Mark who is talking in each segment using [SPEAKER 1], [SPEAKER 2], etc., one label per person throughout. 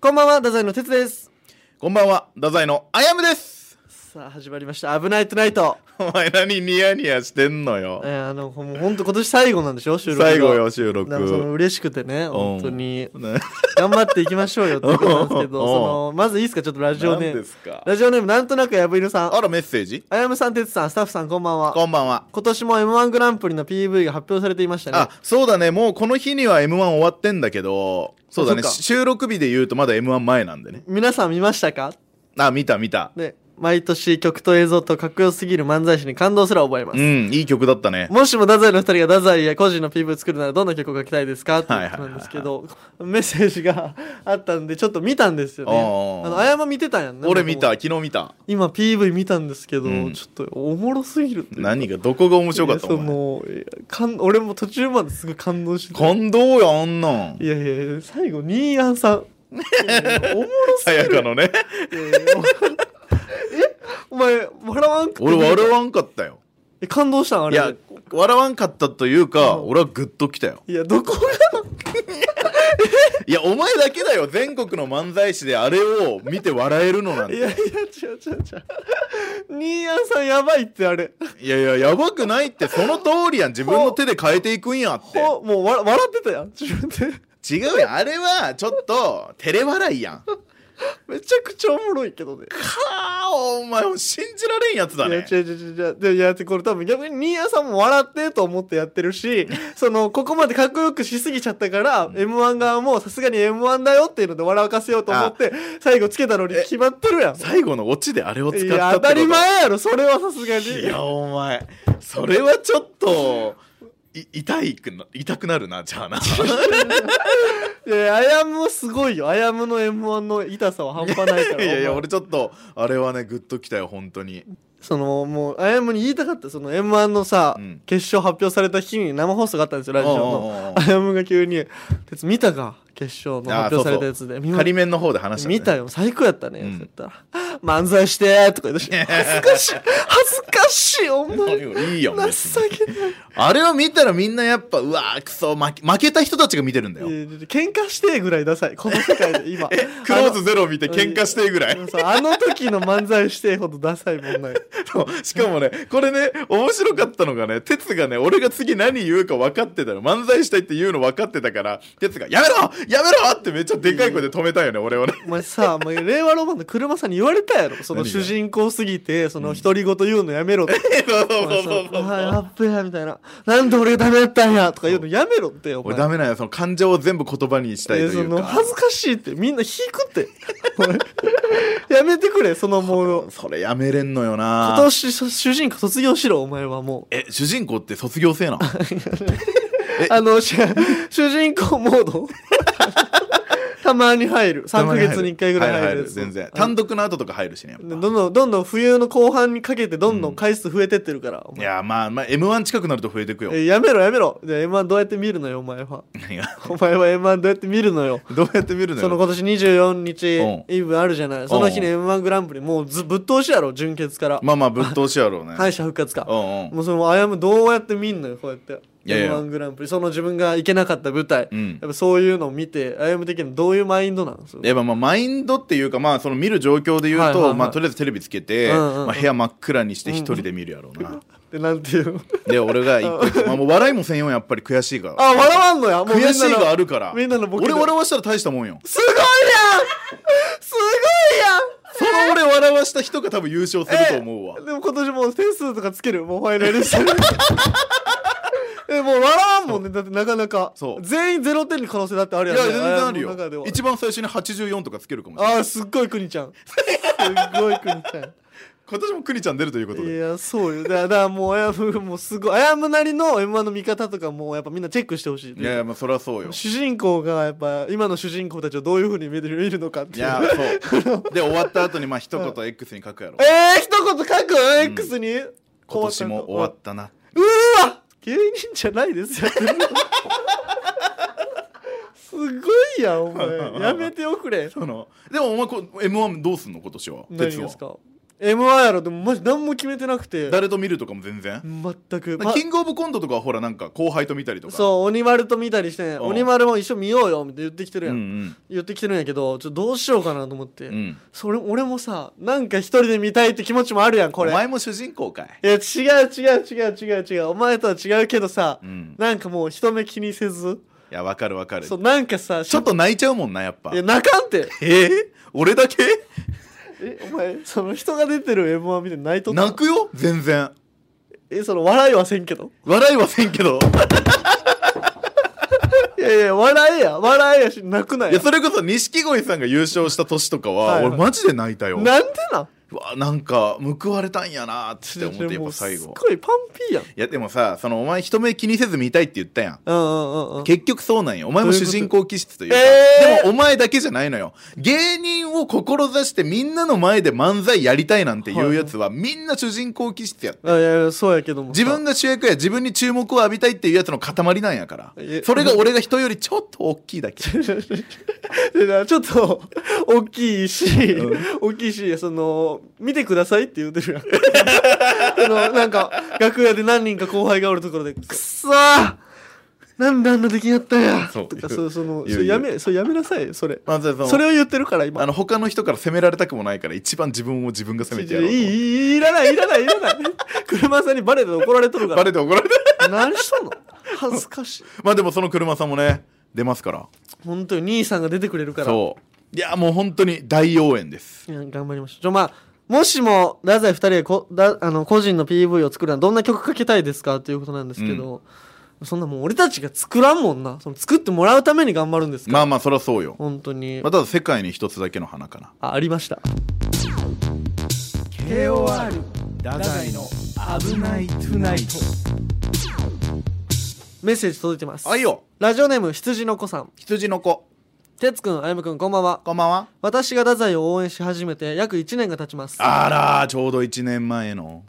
[SPEAKER 1] こんばんは、太宰の哲です。
[SPEAKER 2] こんばんは、太宰のあやむです。
[SPEAKER 1] さあ、始まりました。危ないトゥナイト。
[SPEAKER 2] お前何ニヤニヤしてんの
[SPEAKER 1] え
[SPEAKER 2] よ。
[SPEAKER 1] ー、あの、ほもう本当今年最後なんでしょ収録が
[SPEAKER 2] 最後よ、。収録。
[SPEAKER 1] なんかその嬉しくてね、
[SPEAKER 2] ん。
[SPEAKER 1] 本当に
[SPEAKER 2] ね
[SPEAKER 1] 頑張っていきましょうよってことなんですけど、
[SPEAKER 2] うん
[SPEAKER 1] その、まずいいですか、ちょっとラジオネ
[SPEAKER 2] 何
[SPEAKER 1] ー
[SPEAKER 2] で
[SPEAKER 1] ム。
[SPEAKER 2] すか
[SPEAKER 1] ラジオネーム、なんとなくやぶいぬさん。
[SPEAKER 2] あら、メッセージ
[SPEAKER 1] あやむさん、てつさん、スタッフさん、こんばんは。
[SPEAKER 2] こんばんは。
[SPEAKER 1] 今年も M1 グランプリの PV が発表されていましたね。
[SPEAKER 2] あ、そうだね。もうこの日には M1 終わってんだけど、そうだね。
[SPEAKER 1] あそっか
[SPEAKER 2] 収録日で言うとまだ M1 前なんでね。
[SPEAKER 1] 皆さん見ましたか
[SPEAKER 2] あ、見た見た。
[SPEAKER 1] ね、毎年曲と映像とかっこよすぎる漫才師に感動すら覚えます
[SPEAKER 2] う。ん、いい曲だったね。
[SPEAKER 1] もしも太宰の二人が太宰や個人の PV 作るならどんな曲を書きたいですかって
[SPEAKER 2] はいいうはい
[SPEAKER 1] こ
[SPEAKER 2] はい
[SPEAKER 1] と
[SPEAKER 2] はい
[SPEAKER 1] なんですけどメッセージがあったんでちょっと見たんですよね
[SPEAKER 2] おー
[SPEAKER 1] あのあやま見てたんやんね
[SPEAKER 2] 俺見た、
[SPEAKER 1] 僕も
[SPEAKER 2] 昨日見た。
[SPEAKER 1] 今 PV 見たんですけど、
[SPEAKER 2] うん
[SPEAKER 1] ちょっとおもろすぎるっていうか
[SPEAKER 2] 何が、どこが面白かった
[SPEAKER 1] いや
[SPEAKER 2] お
[SPEAKER 1] そ
[SPEAKER 2] 前
[SPEAKER 1] のいや感俺も途中まですごい感動して
[SPEAKER 2] 感動よ、あんなん
[SPEAKER 1] い。やいやいや最後新安さ んいやいやおもろす
[SPEAKER 2] さやかのね。
[SPEAKER 1] ぎるえお前笑わんくて
[SPEAKER 2] 俺笑わんかったよ。
[SPEAKER 1] え感動したんあ
[SPEAKER 2] い
[SPEAKER 1] れ
[SPEAKER 2] や、笑わんかったというか、
[SPEAKER 1] うん
[SPEAKER 2] 俺はグッときたよ。
[SPEAKER 1] いやどこが
[SPEAKER 2] いや、お前だけだよ。全国の漫才師であれを見て笑えるのなんて。
[SPEAKER 1] い
[SPEAKER 2] い
[SPEAKER 1] や
[SPEAKER 2] や
[SPEAKER 1] いや、違う違う違う。新谷さんやばいってあれ。
[SPEAKER 2] いや、やばくないって、その通りやん。自分の手で変えていくんやって。
[SPEAKER 1] ほ、もうわ笑ってたやん。 自分で。
[SPEAKER 2] 違うやん。あれは、ちょっと、照れ笑いやん。か
[SPEAKER 1] めちゃくちゃおもろいけどね。
[SPEAKER 2] あ、お前、信じられんやつだね
[SPEAKER 1] い。や違う違う違う違う。で、いや、ってこれ多分逆に新谷さんも笑ってと思ってやってるし、その、ここまでかっこよくしすぎちゃったから、M1 側もさすがに M1 だよっていうので笑かせようと思って、最後つけたのに決まってるやん。
[SPEAKER 2] 最後のオチであれを使っ
[SPEAKER 1] い
[SPEAKER 2] た
[SPEAKER 1] や、
[SPEAKER 2] って
[SPEAKER 1] 当
[SPEAKER 2] こと
[SPEAKER 1] たり前やろ、それはさすがに。
[SPEAKER 2] いや、お前、それはちょっと、い痛いくな、痛くなるな、じゃあな。
[SPEAKER 1] いや、あやむもすごいよ。あやむの M1 の痛さは半端ないから。
[SPEAKER 2] いやい
[SPEAKER 1] お
[SPEAKER 2] や、
[SPEAKER 1] 前
[SPEAKER 2] 俺ちょっと、あれはね、グッときたよ、本当に。
[SPEAKER 1] そのもうあやむに言いたかったその m 1のさ、
[SPEAKER 2] うん
[SPEAKER 1] 決勝発表された日に生放送があったんですよラジオ
[SPEAKER 2] おうおうお
[SPEAKER 1] の
[SPEAKER 2] う
[SPEAKER 1] あやむが急に「鉄見たか決勝の発表されたやつで見ま
[SPEAKER 2] 仮面の方で話した、ね。
[SPEAKER 1] 見たよ最高やったね」
[SPEAKER 2] うん
[SPEAKER 1] って言ったら「漫才して」とか言って 恥ずかしい恥ずかしいお前情
[SPEAKER 2] いいよ別に
[SPEAKER 1] けない
[SPEAKER 2] あれを見たらみんなやっぱうわーくそ負け負けた人たちが見てるんだよ
[SPEAKER 1] いやいや喧嘩してぐらいダサいこの世界 で今
[SPEAKER 2] クローズゼロ見て
[SPEAKER 1] あの
[SPEAKER 2] 喧嘩してぐらい
[SPEAKER 1] あのさあの時の漫才してほどダサいもん ない
[SPEAKER 2] そうしかもねこれね面白かったのがね哲がね俺が次何言うか分かってたの漫才したいって言うの分かってたから哲が「やめろやめろ!」ってめっちゃでかい声で止めたよね俺はね
[SPEAKER 1] お前さ、お前令和ロマンの車さんに言われたやろその
[SPEAKER 2] 何
[SPEAKER 1] 主
[SPEAKER 2] が
[SPEAKER 1] 人公すぎてその独り言言うのやめろって
[SPEAKER 2] そう そうそうそう
[SPEAKER 1] ああやっべやみたいな「なんで俺がダメだったんや」とか言うのやめろってお前
[SPEAKER 2] 俺ダメなんやその感情を全部言葉にしたいと
[SPEAKER 1] えそ
[SPEAKER 2] いう
[SPEAKER 1] の
[SPEAKER 2] か
[SPEAKER 1] 恥ずかしいってみんな引くってやめて くれそのもう
[SPEAKER 2] それやめれんのよ
[SPEAKER 1] 今
[SPEAKER 2] な
[SPEAKER 1] 年そ主人公卒業しろお前はもう
[SPEAKER 2] え主人公って卒業生なのえ
[SPEAKER 1] あのし主人公モード たまに入る3ヶ月に1回ぐらい入るやつ
[SPEAKER 2] 全然単独の後とか入るしねやっ
[SPEAKER 1] ど
[SPEAKER 2] ぱ
[SPEAKER 1] んどんどんどん冬の後半にかけてどんどん回数増えてってるから、お
[SPEAKER 2] い
[SPEAKER 1] 前
[SPEAKER 2] やまあまあ M1 近くなると増えてくよ
[SPEAKER 1] えやめろやめろじゃあ M1 どうやって見るのよお前 は
[SPEAKER 2] 何が
[SPEAKER 1] お前は M1 どうやって見るのよ
[SPEAKER 2] どうやって見るのよ
[SPEAKER 1] その今年24
[SPEAKER 2] う
[SPEAKER 1] 日イブあるじゃないその日に
[SPEAKER 2] う
[SPEAKER 1] m 1グランプリもうずぶっ通しやろ準決から
[SPEAKER 2] まあまあぶっ通しやろうね
[SPEAKER 1] 敗者復活か
[SPEAKER 2] うんうん
[SPEAKER 1] もうそのあやむどうやって見んのよこうやって
[SPEAKER 2] いやいや
[SPEAKER 1] m 1グランプリその自分が行けなかった舞台
[SPEAKER 2] う
[SPEAKER 1] やっ
[SPEAKER 2] ん
[SPEAKER 1] ぱそういうのを見てあやむ的にどういうマインドなんです
[SPEAKER 2] やっぱまあマインドっていうかまあその見る状況で
[SPEAKER 1] はい
[SPEAKER 2] 言うと、
[SPEAKER 1] はいはい
[SPEAKER 2] まあとりあえずテレビつけて、
[SPEAKER 1] うんうんうん
[SPEAKER 2] まあ、部屋真っ暗にして一人で見るやろうな、
[SPEAKER 1] でなんていうの
[SPEAKER 2] で俺が一個、まあ、もう笑いもせんよやっぱり悔しいから
[SPEAKER 1] あ笑わんのやもうみんなの
[SPEAKER 2] 悔しいがあるから
[SPEAKER 1] みんなのボケで
[SPEAKER 2] 俺笑わしたら大したもんよ
[SPEAKER 1] すごいやんすごいやん
[SPEAKER 2] その俺笑わした人が多分優勝すると思うわ、
[SPEAKER 1] ええでも今年もう点数とかつけるもうファイナリス トえもう笑わんもんねだってなかなか
[SPEAKER 2] そう
[SPEAKER 1] 全員0点の可能性だってあるや
[SPEAKER 2] い
[SPEAKER 1] ん、ね、
[SPEAKER 2] や全然ある
[SPEAKER 1] の中では
[SPEAKER 2] よ一番最初に84とかつけるかもしれない
[SPEAKER 1] ああすっごいくにちゃんすっごいくにちゃ
[SPEAKER 2] 今年もクニちゃん出るということ
[SPEAKER 1] んい
[SPEAKER 2] で
[SPEAKER 1] やそうよだからだからもうあやむ もうすごいあやむなりの m 1の見方とかもうやっぱみんなチェックしてほしい
[SPEAKER 2] いやいやまあそりゃそうよ
[SPEAKER 1] 主人公がやっぱ今の主人公たちをどういうふうに見る見るのかって
[SPEAKER 2] い
[SPEAKER 1] いう
[SPEAKER 2] や そうで終わった後にまあ一言 X に書くやろ
[SPEAKER 1] えー、一言書く、X に
[SPEAKER 2] 今年も終わったな
[SPEAKER 1] うーわ芸人じゃないですよ すごいやんお前やめておくれ
[SPEAKER 2] そのでもお前こ m 1どうすんの今年は
[SPEAKER 1] 何ですか m 1やろでもマジ何も決めてなくて
[SPEAKER 2] 誰と見るとかも全然、
[SPEAKER 1] 全く、
[SPEAKER 2] なんかキングオブコントとかはほらなんか後輩と見たりとか
[SPEAKER 1] そう鬼丸と見たりして
[SPEAKER 2] うん
[SPEAKER 1] 鬼丸も一緒見ようよって言ってきてるや、
[SPEAKER 2] うんん
[SPEAKER 1] 言ってきてるんやけどちょっとどうしようかなと思って、
[SPEAKER 2] うんうん
[SPEAKER 1] それ俺もさなんか一人で見たいって気持ちもあるやんこ
[SPEAKER 2] お
[SPEAKER 1] れ
[SPEAKER 2] 前も主人公かい
[SPEAKER 1] いや違う違う違う違う違うお前とは違うけどさ、
[SPEAKER 2] うん
[SPEAKER 1] なんかもう人目気にせず
[SPEAKER 2] いやわかるわかる
[SPEAKER 1] そうなんかさ
[SPEAKER 2] ちょっと泣いちゃうもんなやっぱ
[SPEAKER 1] いや泣かんて
[SPEAKER 2] えー、俺だけ
[SPEAKER 1] えお前その人が出てる m 1見て泣いとった
[SPEAKER 2] 泣くよ全然
[SPEAKER 1] えその笑いはせんけど
[SPEAKER 2] 笑いはせんけど
[SPEAKER 1] いやいや笑えや笑えやし泣くないい
[SPEAKER 2] や
[SPEAKER 1] や
[SPEAKER 2] それこそ錦鯉さんが優勝した年とかは、
[SPEAKER 1] はいはい
[SPEAKER 2] 俺マジで泣いたよ
[SPEAKER 1] なんでなん
[SPEAKER 2] うわなんか報われたんやなって思ってやっ
[SPEAKER 1] もう
[SPEAKER 2] ぱ最
[SPEAKER 1] す
[SPEAKER 2] 後
[SPEAKER 1] ごいパンピーやん
[SPEAKER 2] いやでもさそのお前人目気にせず見たいって言ったやん
[SPEAKER 1] うんうんうんうん
[SPEAKER 2] 結局そうなんよお前も
[SPEAKER 1] どういう
[SPEAKER 2] 主
[SPEAKER 1] こと
[SPEAKER 2] 人公気質というか
[SPEAKER 1] えー
[SPEAKER 2] でもお前だけじゃないのよ芸人を志してみんなの前で漫才やりたいなんていうやつはみんな主人公気質や
[SPEAKER 1] あいやいやそうやけどもさ
[SPEAKER 2] 自分が主役や自分に注目を浴びたいっていうやつの塊なんやから
[SPEAKER 1] え
[SPEAKER 2] それが俺が人よりちょっと大きいだけ
[SPEAKER 1] でなちょっと大きいし、大きいしその見てくださいって言うてるやんあのなんか楽屋で何人か後輩がおるところで「くっそーなんであんなできんやったんや」
[SPEAKER 2] そう
[SPEAKER 1] と
[SPEAKER 2] 言
[SPEAKER 1] か
[SPEAKER 2] う
[SPEAKER 1] そうその
[SPEAKER 2] 言う
[SPEAKER 1] それやめそれやめなさいそれ
[SPEAKER 2] まずその
[SPEAKER 1] それを言ってるから今
[SPEAKER 2] あの他の人から責められたくもないから一番自分を自分が責めてやろうと
[SPEAKER 1] いいいいいらないいらないいらない車さんにバレて怒られとるか
[SPEAKER 2] バレて怒られた
[SPEAKER 1] ら何しとんの恥ずかしい
[SPEAKER 2] まあでもその車さんもね出ますから
[SPEAKER 1] 本当に兄さんが出てくれるから
[SPEAKER 2] そういやもう本当に大応援です
[SPEAKER 1] いや頑張りましょう。じゃあまあもしも太宰二人がこだあの個人の PV を作るのはどんな曲かけたいですかということなんですけど、そんなもう俺たちが作らんもんなその作ってもらうために頑張るんですから、
[SPEAKER 2] まあまあそりゃそうよ、
[SPEAKER 1] 本当に、
[SPEAKER 2] まあ、ただ世界に一つだけの花かな
[SPEAKER 1] あありました
[SPEAKER 3] KOR 太宰の危ないトゥナイト
[SPEAKER 1] メッセージ届いてます、
[SPEAKER 2] あいよ
[SPEAKER 1] ラジオネーム羊の子さん
[SPEAKER 2] 羊の子
[SPEAKER 1] てつくんあやむくんこんばんは
[SPEAKER 2] こんばんは
[SPEAKER 1] 私が太宰を応援し始めて約1年が経ちます
[SPEAKER 2] あらちょうど1年前の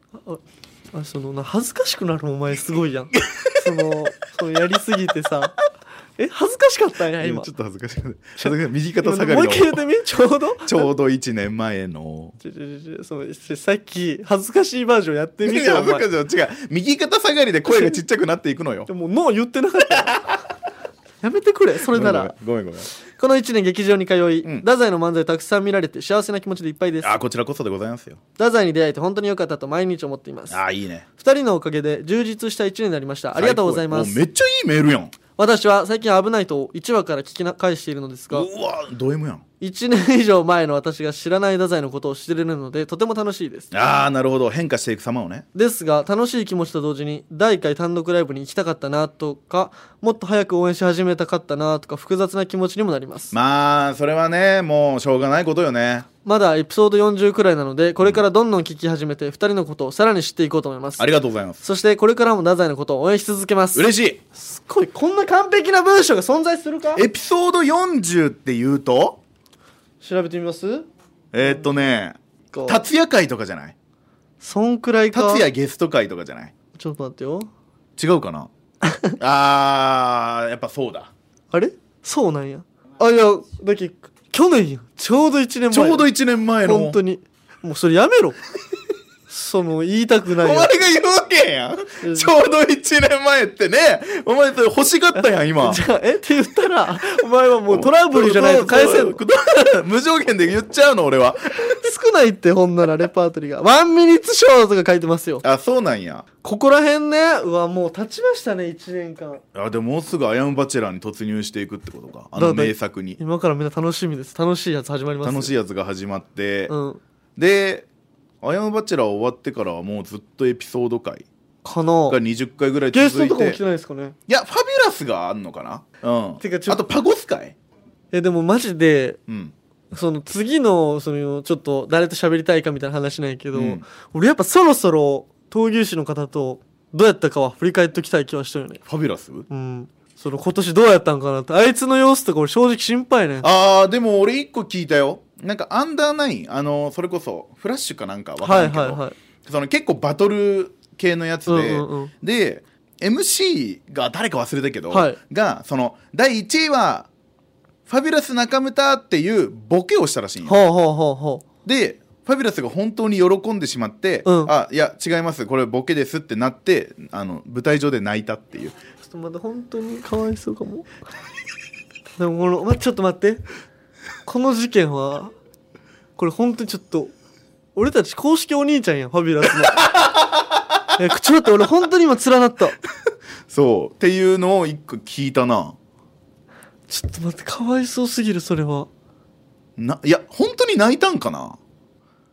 [SPEAKER 1] あそのな恥ずかしくなるお前すごいやん そのそのやりすぎてさえ恥ずかしかったんや
[SPEAKER 2] 今
[SPEAKER 1] 今
[SPEAKER 2] ちょっと恥ずかしくない恥ずかしい右肩
[SPEAKER 1] 今
[SPEAKER 2] 下が
[SPEAKER 1] もう
[SPEAKER 2] り
[SPEAKER 1] 一回言っ
[SPEAKER 2] の
[SPEAKER 1] てみちょうど
[SPEAKER 2] ちょうど1年前の
[SPEAKER 1] ちょちょちょちょそのしさっき恥ずかしいバージョンやってみ
[SPEAKER 2] い
[SPEAKER 1] て
[SPEAKER 2] や
[SPEAKER 1] よお
[SPEAKER 2] 恥ずか
[SPEAKER 1] 前
[SPEAKER 2] しい違う右肩下がりで声がちっちゃくなっていく のよ
[SPEAKER 1] でも脳言ってなか ったよやめてくれそれなら
[SPEAKER 2] ごめんごめんごめん
[SPEAKER 1] この1年劇場に通い、
[SPEAKER 2] うん
[SPEAKER 1] 太宰の漫才をたくさん見られて幸せな気持ちでいっぱいです
[SPEAKER 2] あこちらこそでございますよ
[SPEAKER 1] 太宰に出会えて本当に良かったと毎日思っています
[SPEAKER 2] あいいね
[SPEAKER 1] 2人のおかげで充実した1年になりましたありがとうございま
[SPEAKER 2] 最高お
[SPEAKER 1] す
[SPEAKER 2] めっちゃいいメールやん
[SPEAKER 1] 私は最近「危ない」と1話から聞きな返しているのですが
[SPEAKER 2] うわド M やん
[SPEAKER 1] 1年以上前の私が知らない太宰のことを知れるのでとても楽しいです
[SPEAKER 2] ああなるほど変化していく様をね
[SPEAKER 1] ですが楽しい気持ちと同時に第1回単独ライブに行きたかったなとかもっと早く応援し始めたかったなとか複雑な気持ちにもなりますま
[SPEAKER 2] まあそれはねもうしょうがないことよね
[SPEAKER 1] だエピソード40くらいなのでこれからどんどん聞き始めて2人のことをさらに知っていこうと思います
[SPEAKER 2] ありがとうございます
[SPEAKER 1] そしてこれからも太宰のことを応援し続けます
[SPEAKER 2] 嬉しい
[SPEAKER 1] すっごいこんな完璧な文章が存在するか
[SPEAKER 2] エピソード40って言うと
[SPEAKER 1] 調べてみます
[SPEAKER 2] えーっとね
[SPEAKER 1] こう
[SPEAKER 2] 達也会とかじゃない
[SPEAKER 1] そんくらいか
[SPEAKER 2] 達也ゲスト会とかじゃない
[SPEAKER 1] ちょっと待ってよ
[SPEAKER 2] 違う かなあーやっぱそうだ
[SPEAKER 1] あれそうなんやあいやだけ去年やんちょうど1年前
[SPEAKER 2] ちょうど1年前の
[SPEAKER 1] 本当にもうそれやめろその言いたくな
[SPEAKER 2] お
[SPEAKER 1] い
[SPEAKER 2] 前
[SPEAKER 1] や
[SPEAKER 2] が
[SPEAKER 1] つ
[SPEAKER 2] 言うわけやん
[SPEAKER 1] うん
[SPEAKER 2] ちょうど1年前ってねお前それ欲しかったやん 今
[SPEAKER 1] じゃあえって言ったらお前はもうトラブルじゃないと返せんの
[SPEAKER 2] 無条件で言っちゃうの俺は
[SPEAKER 1] 少ないってほんならレパートリーがワンミニッツショーとか書いてますよ
[SPEAKER 2] あそうなんや
[SPEAKER 1] ここら辺ねうわもう経ちましたね1年間
[SPEAKER 2] あでももうすぐ「アヤムバチェラー」に突入していくってことかあの名作に
[SPEAKER 1] 今からみんな楽しみです楽しいやつ始まります
[SPEAKER 2] 楽しい
[SPEAKER 1] い
[SPEAKER 2] やつが始まって、
[SPEAKER 1] うん
[SPEAKER 2] で「アヤムバチェラー」終わってからはもうずっとエピソード回
[SPEAKER 1] か
[SPEAKER 2] が
[SPEAKER 1] な
[SPEAKER 2] 20回ぐらい
[SPEAKER 1] ゲス
[SPEAKER 2] 続
[SPEAKER 1] トと
[SPEAKER 2] い
[SPEAKER 1] かも
[SPEAKER 2] て
[SPEAKER 1] 来てないですかね
[SPEAKER 2] いやファビュラスがあんのかなうん
[SPEAKER 1] てかちょ
[SPEAKER 2] あとパゴス会
[SPEAKER 1] えでもマジで
[SPEAKER 2] うん
[SPEAKER 1] その次のそのちょっと誰と喋りたいかみたいな話なんやけど、
[SPEAKER 2] うん
[SPEAKER 1] 俺やっぱそろそろ闘牛士の方とどうやったかは振り返っときたい気はしてるよね
[SPEAKER 2] ファビュラス
[SPEAKER 1] うんその今年どうやったんかなってあいつの様子とか俺正直心配ね
[SPEAKER 2] あーでも俺一個聞いたよなんかアンダーナインあのそれこそフラッシュかなんかわか
[SPEAKER 1] は
[SPEAKER 2] んないいけど、
[SPEAKER 1] はいはい
[SPEAKER 2] その結構バトル系のやつで、
[SPEAKER 1] うんうんうん
[SPEAKER 2] で MC が誰か忘れたけど、
[SPEAKER 1] はい
[SPEAKER 2] がその第1位は「ファビュラス中村」っていうボケをしたらしいんよ
[SPEAKER 1] ほうほうほうほ
[SPEAKER 2] でファビュラスが本当に喜んでしまって、
[SPEAKER 1] うん
[SPEAKER 2] あいや違いますこれボケですってなってあの舞台上で泣いたっていう
[SPEAKER 1] ちょっとまだ本当にかわいそうかも でもこの、ま、ちょっと待ってこの事件はこれ本当にちょっと俺たち公式お兄ちゃんやんファビュラ スのえちょっと待って俺本当に今連なった
[SPEAKER 2] そうっていうのを一個聞いたな
[SPEAKER 1] ちょっと待ってかわいそうすぎるそれは
[SPEAKER 2] ないや本当に泣いたんかな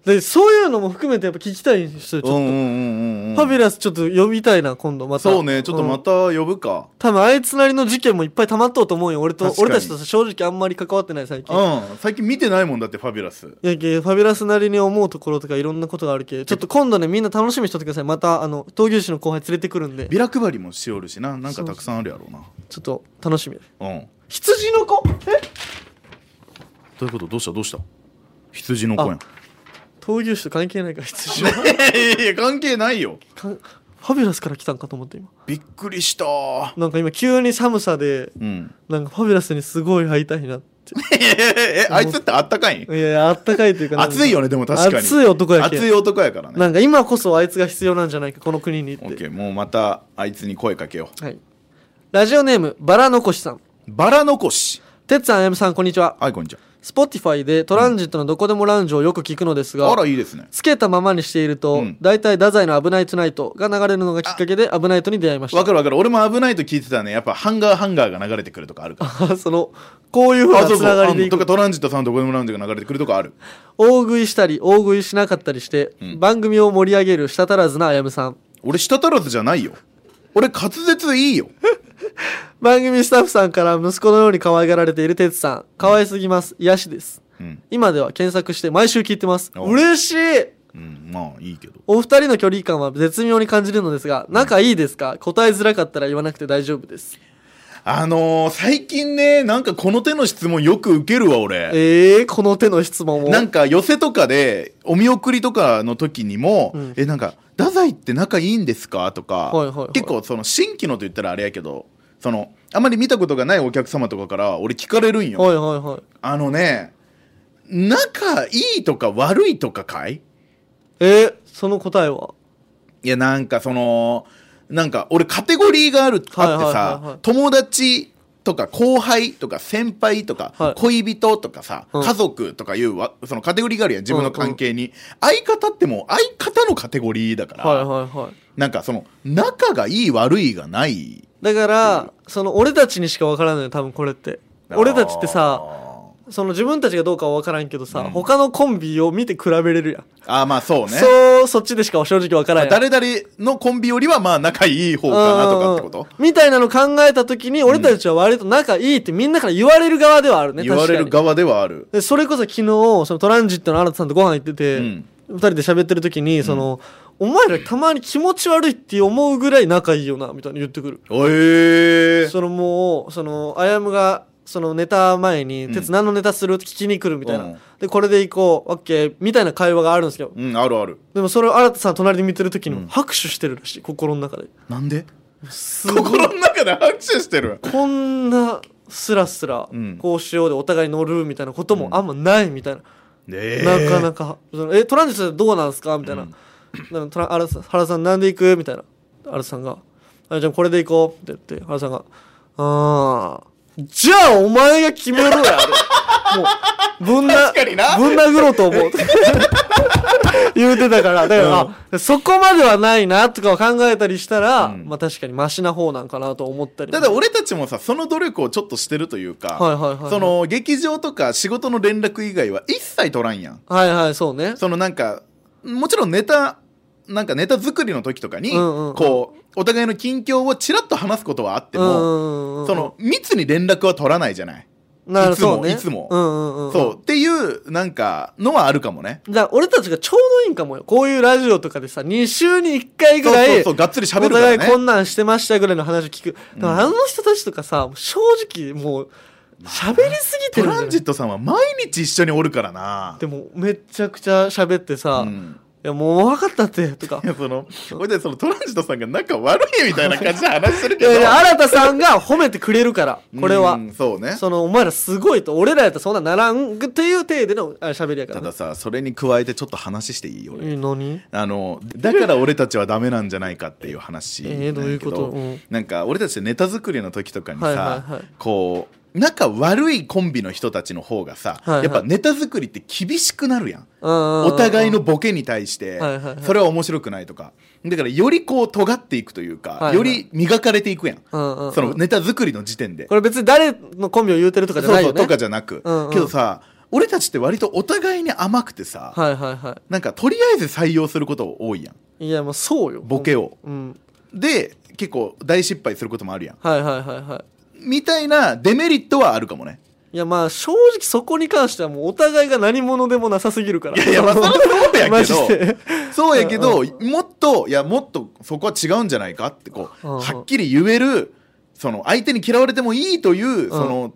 [SPEAKER 1] でそういうのも含めてやっぱ聞きたい人ちょっ
[SPEAKER 2] う
[SPEAKER 1] と、
[SPEAKER 2] んうんうんうん
[SPEAKER 1] ファビュラスちょっと呼びたいな今度また
[SPEAKER 2] そうねちょっとま
[SPEAKER 1] ん
[SPEAKER 2] た呼ぶか
[SPEAKER 1] 多分あいつなりの事件もいっぱい溜まっとうと思うよ俺と
[SPEAKER 2] 確かに
[SPEAKER 1] 俺たちと正直あんまり関わってない最近
[SPEAKER 2] うん最近見てないもんだってファビュラス
[SPEAKER 1] いやけファビュラスなりに思うところとかいろんなことがあるけちょっと今度ねみんな楽しみにしとってくださいまたあの闘牛士の後輩連れてくるんで
[SPEAKER 2] ビラ配りもしおるしななんかたくさんあるやろうな
[SPEAKER 1] ちょっと楽しみ
[SPEAKER 2] うん
[SPEAKER 1] 羊の子え
[SPEAKER 2] どういうことどうしたどうした羊の子 やん
[SPEAKER 1] 闘牛士と関係ないから羊の子
[SPEAKER 2] いやいや関係ないよ
[SPEAKER 1] かんファビュラスから来たんかと思って今
[SPEAKER 2] びっくりした
[SPEAKER 1] なんか今急に寒さで
[SPEAKER 2] うん
[SPEAKER 1] なんかファビュラスにすごい会いたいなって
[SPEAKER 2] えあいつってあったかいん
[SPEAKER 1] いやいやあったかいというかなんか
[SPEAKER 2] 熱いよねでも確かに
[SPEAKER 1] 熱い男やけ
[SPEAKER 2] 熱い男やからね
[SPEAKER 1] なんか今こそあいつが必要なんじゃないかこの国にっ
[SPEAKER 2] オッケ
[SPEAKER 1] て、
[SPEAKER 2] ーもうまたあいつに声かけよ
[SPEAKER 1] はい、ラジオネームバラ残しさん
[SPEAKER 2] うバラ残して
[SPEAKER 1] っつさんあやむさんこんにちは
[SPEAKER 2] はいこんにちは
[SPEAKER 1] Spotify でトランジットのどこでもラウンジをよく聞くのですが
[SPEAKER 2] あらいいですね
[SPEAKER 1] つけたままにしていると、
[SPEAKER 2] うん
[SPEAKER 1] 大体太宰の「危ないトゥナイト」が流れるのがきっかけで「危ないト」に出会いまし
[SPEAKER 2] わ
[SPEAKER 1] た
[SPEAKER 2] かるわかる俺も危ないと聞いてたらねやっぱハンガーハンガーが流れてくるとかあるか ら
[SPEAKER 1] そのこういうふう
[SPEAKER 2] あ
[SPEAKER 1] な
[SPEAKER 2] そう
[SPEAKER 1] つ
[SPEAKER 2] そう
[SPEAKER 1] ながりで
[SPEAKER 2] あの
[SPEAKER 1] い
[SPEAKER 2] と
[SPEAKER 1] く
[SPEAKER 2] かトランジットさんとこでもラウンジが流れてくるとかある
[SPEAKER 1] 大食いしたり大食いしなかったりして、
[SPEAKER 2] ん
[SPEAKER 1] 番組を盛り上げるしたたらずなあやむさん
[SPEAKER 2] 俺舌足らずじゃないよ俺滑舌いいよ
[SPEAKER 1] 番組スタッフさんから息子のように可愛がられている哲さん可愛すぎます癒しです
[SPEAKER 2] うん、
[SPEAKER 1] 今では検索して毎週聞いてます
[SPEAKER 2] お
[SPEAKER 1] 嬉しい
[SPEAKER 2] うん、まあいいけど
[SPEAKER 1] お二人の距離感は絶妙に感じるのですが仲いいですか答えづらかったら言わなくて大丈夫です
[SPEAKER 2] あのー、最近ねなんかこの手の質問よく受けるわ俺
[SPEAKER 1] えー、この手の質問を
[SPEAKER 2] なんか寄せとかでお見送りとかの時にも「
[SPEAKER 1] うん
[SPEAKER 2] えなんか太宰って仲いいんですか?」とか、
[SPEAKER 1] はいはいはい
[SPEAKER 2] 結構その新規のと言ったらあれやけどそのあまり見たことがないお客様とかから俺聞かれるんよ、
[SPEAKER 1] はいはいはい
[SPEAKER 2] あのね仲いいとか悪いとかかい
[SPEAKER 1] えー、その答えはい
[SPEAKER 2] やなんかそのなんか俺カテゴリーがあるあって
[SPEAKER 1] はいはいはいは
[SPEAKER 2] さ
[SPEAKER 1] い
[SPEAKER 2] 友達とか後輩とか先輩と
[SPEAKER 1] は
[SPEAKER 2] か
[SPEAKER 1] い
[SPEAKER 2] 恋人とかさ
[SPEAKER 1] うん
[SPEAKER 2] 家族とかいうわそのカテゴリーがあるやん自分の
[SPEAKER 1] うんうん
[SPEAKER 2] 関係に相方ってもう相方のカテゴリーだか
[SPEAKER 1] はい
[SPEAKER 2] ら
[SPEAKER 1] はいはい
[SPEAKER 2] なんかその仲がいい悪いがない
[SPEAKER 1] だからその俺たちにしかわからないよ多分これって俺たちってさその自分たちがどうかはわからんけどさ、
[SPEAKER 2] うん
[SPEAKER 1] 他のコンビを見て比べれるやん
[SPEAKER 2] あーまあそうね
[SPEAKER 1] そうそっちでしか正直わからん
[SPEAKER 2] まあ
[SPEAKER 1] やん、
[SPEAKER 2] 誰々のコンビよりはまあ仲いい方かなとかってこ
[SPEAKER 1] うん
[SPEAKER 2] と
[SPEAKER 1] うんうんみたいなの考えた時に俺たちは割と仲いいってみんなから言われる側ではあるね
[SPEAKER 2] 言われる
[SPEAKER 1] 確かに
[SPEAKER 2] 側ではある
[SPEAKER 1] でそれこそ昨日そのトランジットの新田さんとご飯行ってて、
[SPEAKER 2] うん
[SPEAKER 1] 二人で喋ってる時にその、お前らたまに気持ち悪いって思うぐらい仲いいよなみたいに言ってくる
[SPEAKER 2] ええ
[SPEAKER 1] そのもうそのあやむがそのネタ前に
[SPEAKER 2] う
[SPEAKER 1] 「
[SPEAKER 2] ん
[SPEAKER 1] 鉄何のネタする?」って聞きに来るみたいな、
[SPEAKER 2] うん
[SPEAKER 1] でこれで行こうオッケーみたいな会話があるんですけど
[SPEAKER 2] うんあるある
[SPEAKER 1] でもそれを新田さん隣で見てる時に
[SPEAKER 2] うん
[SPEAKER 1] も拍手してるらしい心の中で。
[SPEAKER 2] なんです
[SPEAKER 1] ごい
[SPEAKER 2] 心の中で拍手してる
[SPEAKER 1] こんなスラスラ
[SPEAKER 2] うん
[SPEAKER 1] こうしようでお互い乗るみたいなこともあんまないみたいな、
[SPEAKER 2] ねえ
[SPEAKER 1] なかなか「そのえトランジットどうなんすか?」みたいな
[SPEAKER 2] うん
[SPEAKER 1] 「なんかトラ原さん原さんなんで行く?」みたいな原さんが「あじゃあこれで行こう」って言って原さんが「あーじゃあお前が決めろ や」もうぶんな
[SPEAKER 2] 確かにな
[SPEAKER 1] ぶん殴ろうと思う 言うてたからだから、あそこまではないなとかを考えたりしたら、
[SPEAKER 2] うん
[SPEAKER 1] まあ確かにマシな方なんかなと思ったりも
[SPEAKER 2] ただ俺たちもさその努力をちょっとしてるというか、
[SPEAKER 1] はいはいはいはい
[SPEAKER 2] その劇場とか仕事の連絡以外は一切取らんやん
[SPEAKER 1] はいはいそうね
[SPEAKER 2] そのなんかもちろんネタなんかネタ作りの時とかに、
[SPEAKER 1] うんうんうん
[SPEAKER 2] こうお互いの近況をちらっと話すことはあっても、
[SPEAKER 1] も
[SPEAKER 2] その密に連絡は取らないじゃない、
[SPEAKER 1] なる
[SPEAKER 2] いつも
[SPEAKER 1] そうね
[SPEAKER 2] いつも
[SPEAKER 1] うんうんうん、
[SPEAKER 2] そうっていうなんかのはあるかもね
[SPEAKER 1] うだから俺たちがちょうどいいんかもよこういうラジオとかでさ2週に1回ぐらい
[SPEAKER 2] そうそうそうがっつり喋る
[SPEAKER 1] お
[SPEAKER 2] から
[SPEAKER 1] 互い
[SPEAKER 2] ね
[SPEAKER 1] こんなんしてましたぐらいの話を聞く、でもあの人たちとかさもう正直もう喋りすぎて
[SPEAKER 2] ト
[SPEAKER 1] るんじゃ
[SPEAKER 2] ラ
[SPEAKER 1] な
[SPEAKER 2] ン
[SPEAKER 1] い
[SPEAKER 2] ジットさんは毎日一緒におるからな
[SPEAKER 1] でもめちゃくちゃ喋ってさ、
[SPEAKER 2] うん
[SPEAKER 1] やもう分かったって」とか
[SPEAKER 2] い やその俺たちそのトランジットさんが仲悪いみたいな感じで話してる
[SPEAKER 1] い
[SPEAKER 2] けど
[SPEAKER 1] やいや新田さんが褒めてくれるからこれは
[SPEAKER 2] うんそうね
[SPEAKER 1] そのお前らすごいと俺らやったらそんなならんっていう体でのあ喋りやか
[SPEAKER 2] た
[SPEAKER 1] ら、
[SPEAKER 2] だ
[SPEAKER 1] ね、
[SPEAKER 2] さそれに加えてちょっと話していい俺
[SPEAKER 1] え何
[SPEAKER 2] あのだから俺たちはダメなんじゃないかっていう話なんやけど、
[SPEAKER 1] えーどういうことうん
[SPEAKER 2] なんか俺たちネタ作りの時とかにさ、
[SPEAKER 1] はいはいはい
[SPEAKER 2] こう仲悪いコンビの人たちの方がさ、
[SPEAKER 1] はいはい
[SPEAKER 2] やっぱネタ作りって厳しくなるやん、
[SPEAKER 1] お
[SPEAKER 2] お互いのボケに対して、
[SPEAKER 1] はいはいはい
[SPEAKER 2] それは面白くないとかだからよりこう尖っていくというか、
[SPEAKER 1] いはい
[SPEAKER 2] より磨かれていくやん、
[SPEAKER 1] うんうんうん
[SPEAKER 2] そのネタ作りの時点で
[SPEAKER 1] これ別に誰のコンビを言うてるとかじゃないよね
[SPEAKER 2] そうそうとかじゃなく、
[SPEAKER 1] うんうん
[SPEAKER 2] けどさ俺たちって割とお互いに甘くてさ、
[SPEAKER 1] はいはいは
[SPEAKER 2] なんかとりあえず採用すること多いやん
[SPEAKER 1] いいやもうそうよ
[SPEAKER 2] ボケを
[SPEAKER 1] うん
[SPEAKER 2] で結構大失敗することもあるやん
[SPEAKER 1] はいはいはいはい
[SPEAKER 2] みたいなデメリットはあるかもね
[SPEAKER 1] いやまあ正直そこに関してはもうお互いが何者でもなさすぎるから
[SPEAKER 2] いやいやまあそれはそうやけど
[SPEAKER 1] マジで
[SPEAKER 2] そうやけど、もっといやもっとそこは違うんじゃないかってこう、
[SPEAKER 1] うんうん
[SPEAKER 2] はっきり言えるその相手に嫌われてもいいという、
[SPEAKER 1] ん
[SPEAKER 2] その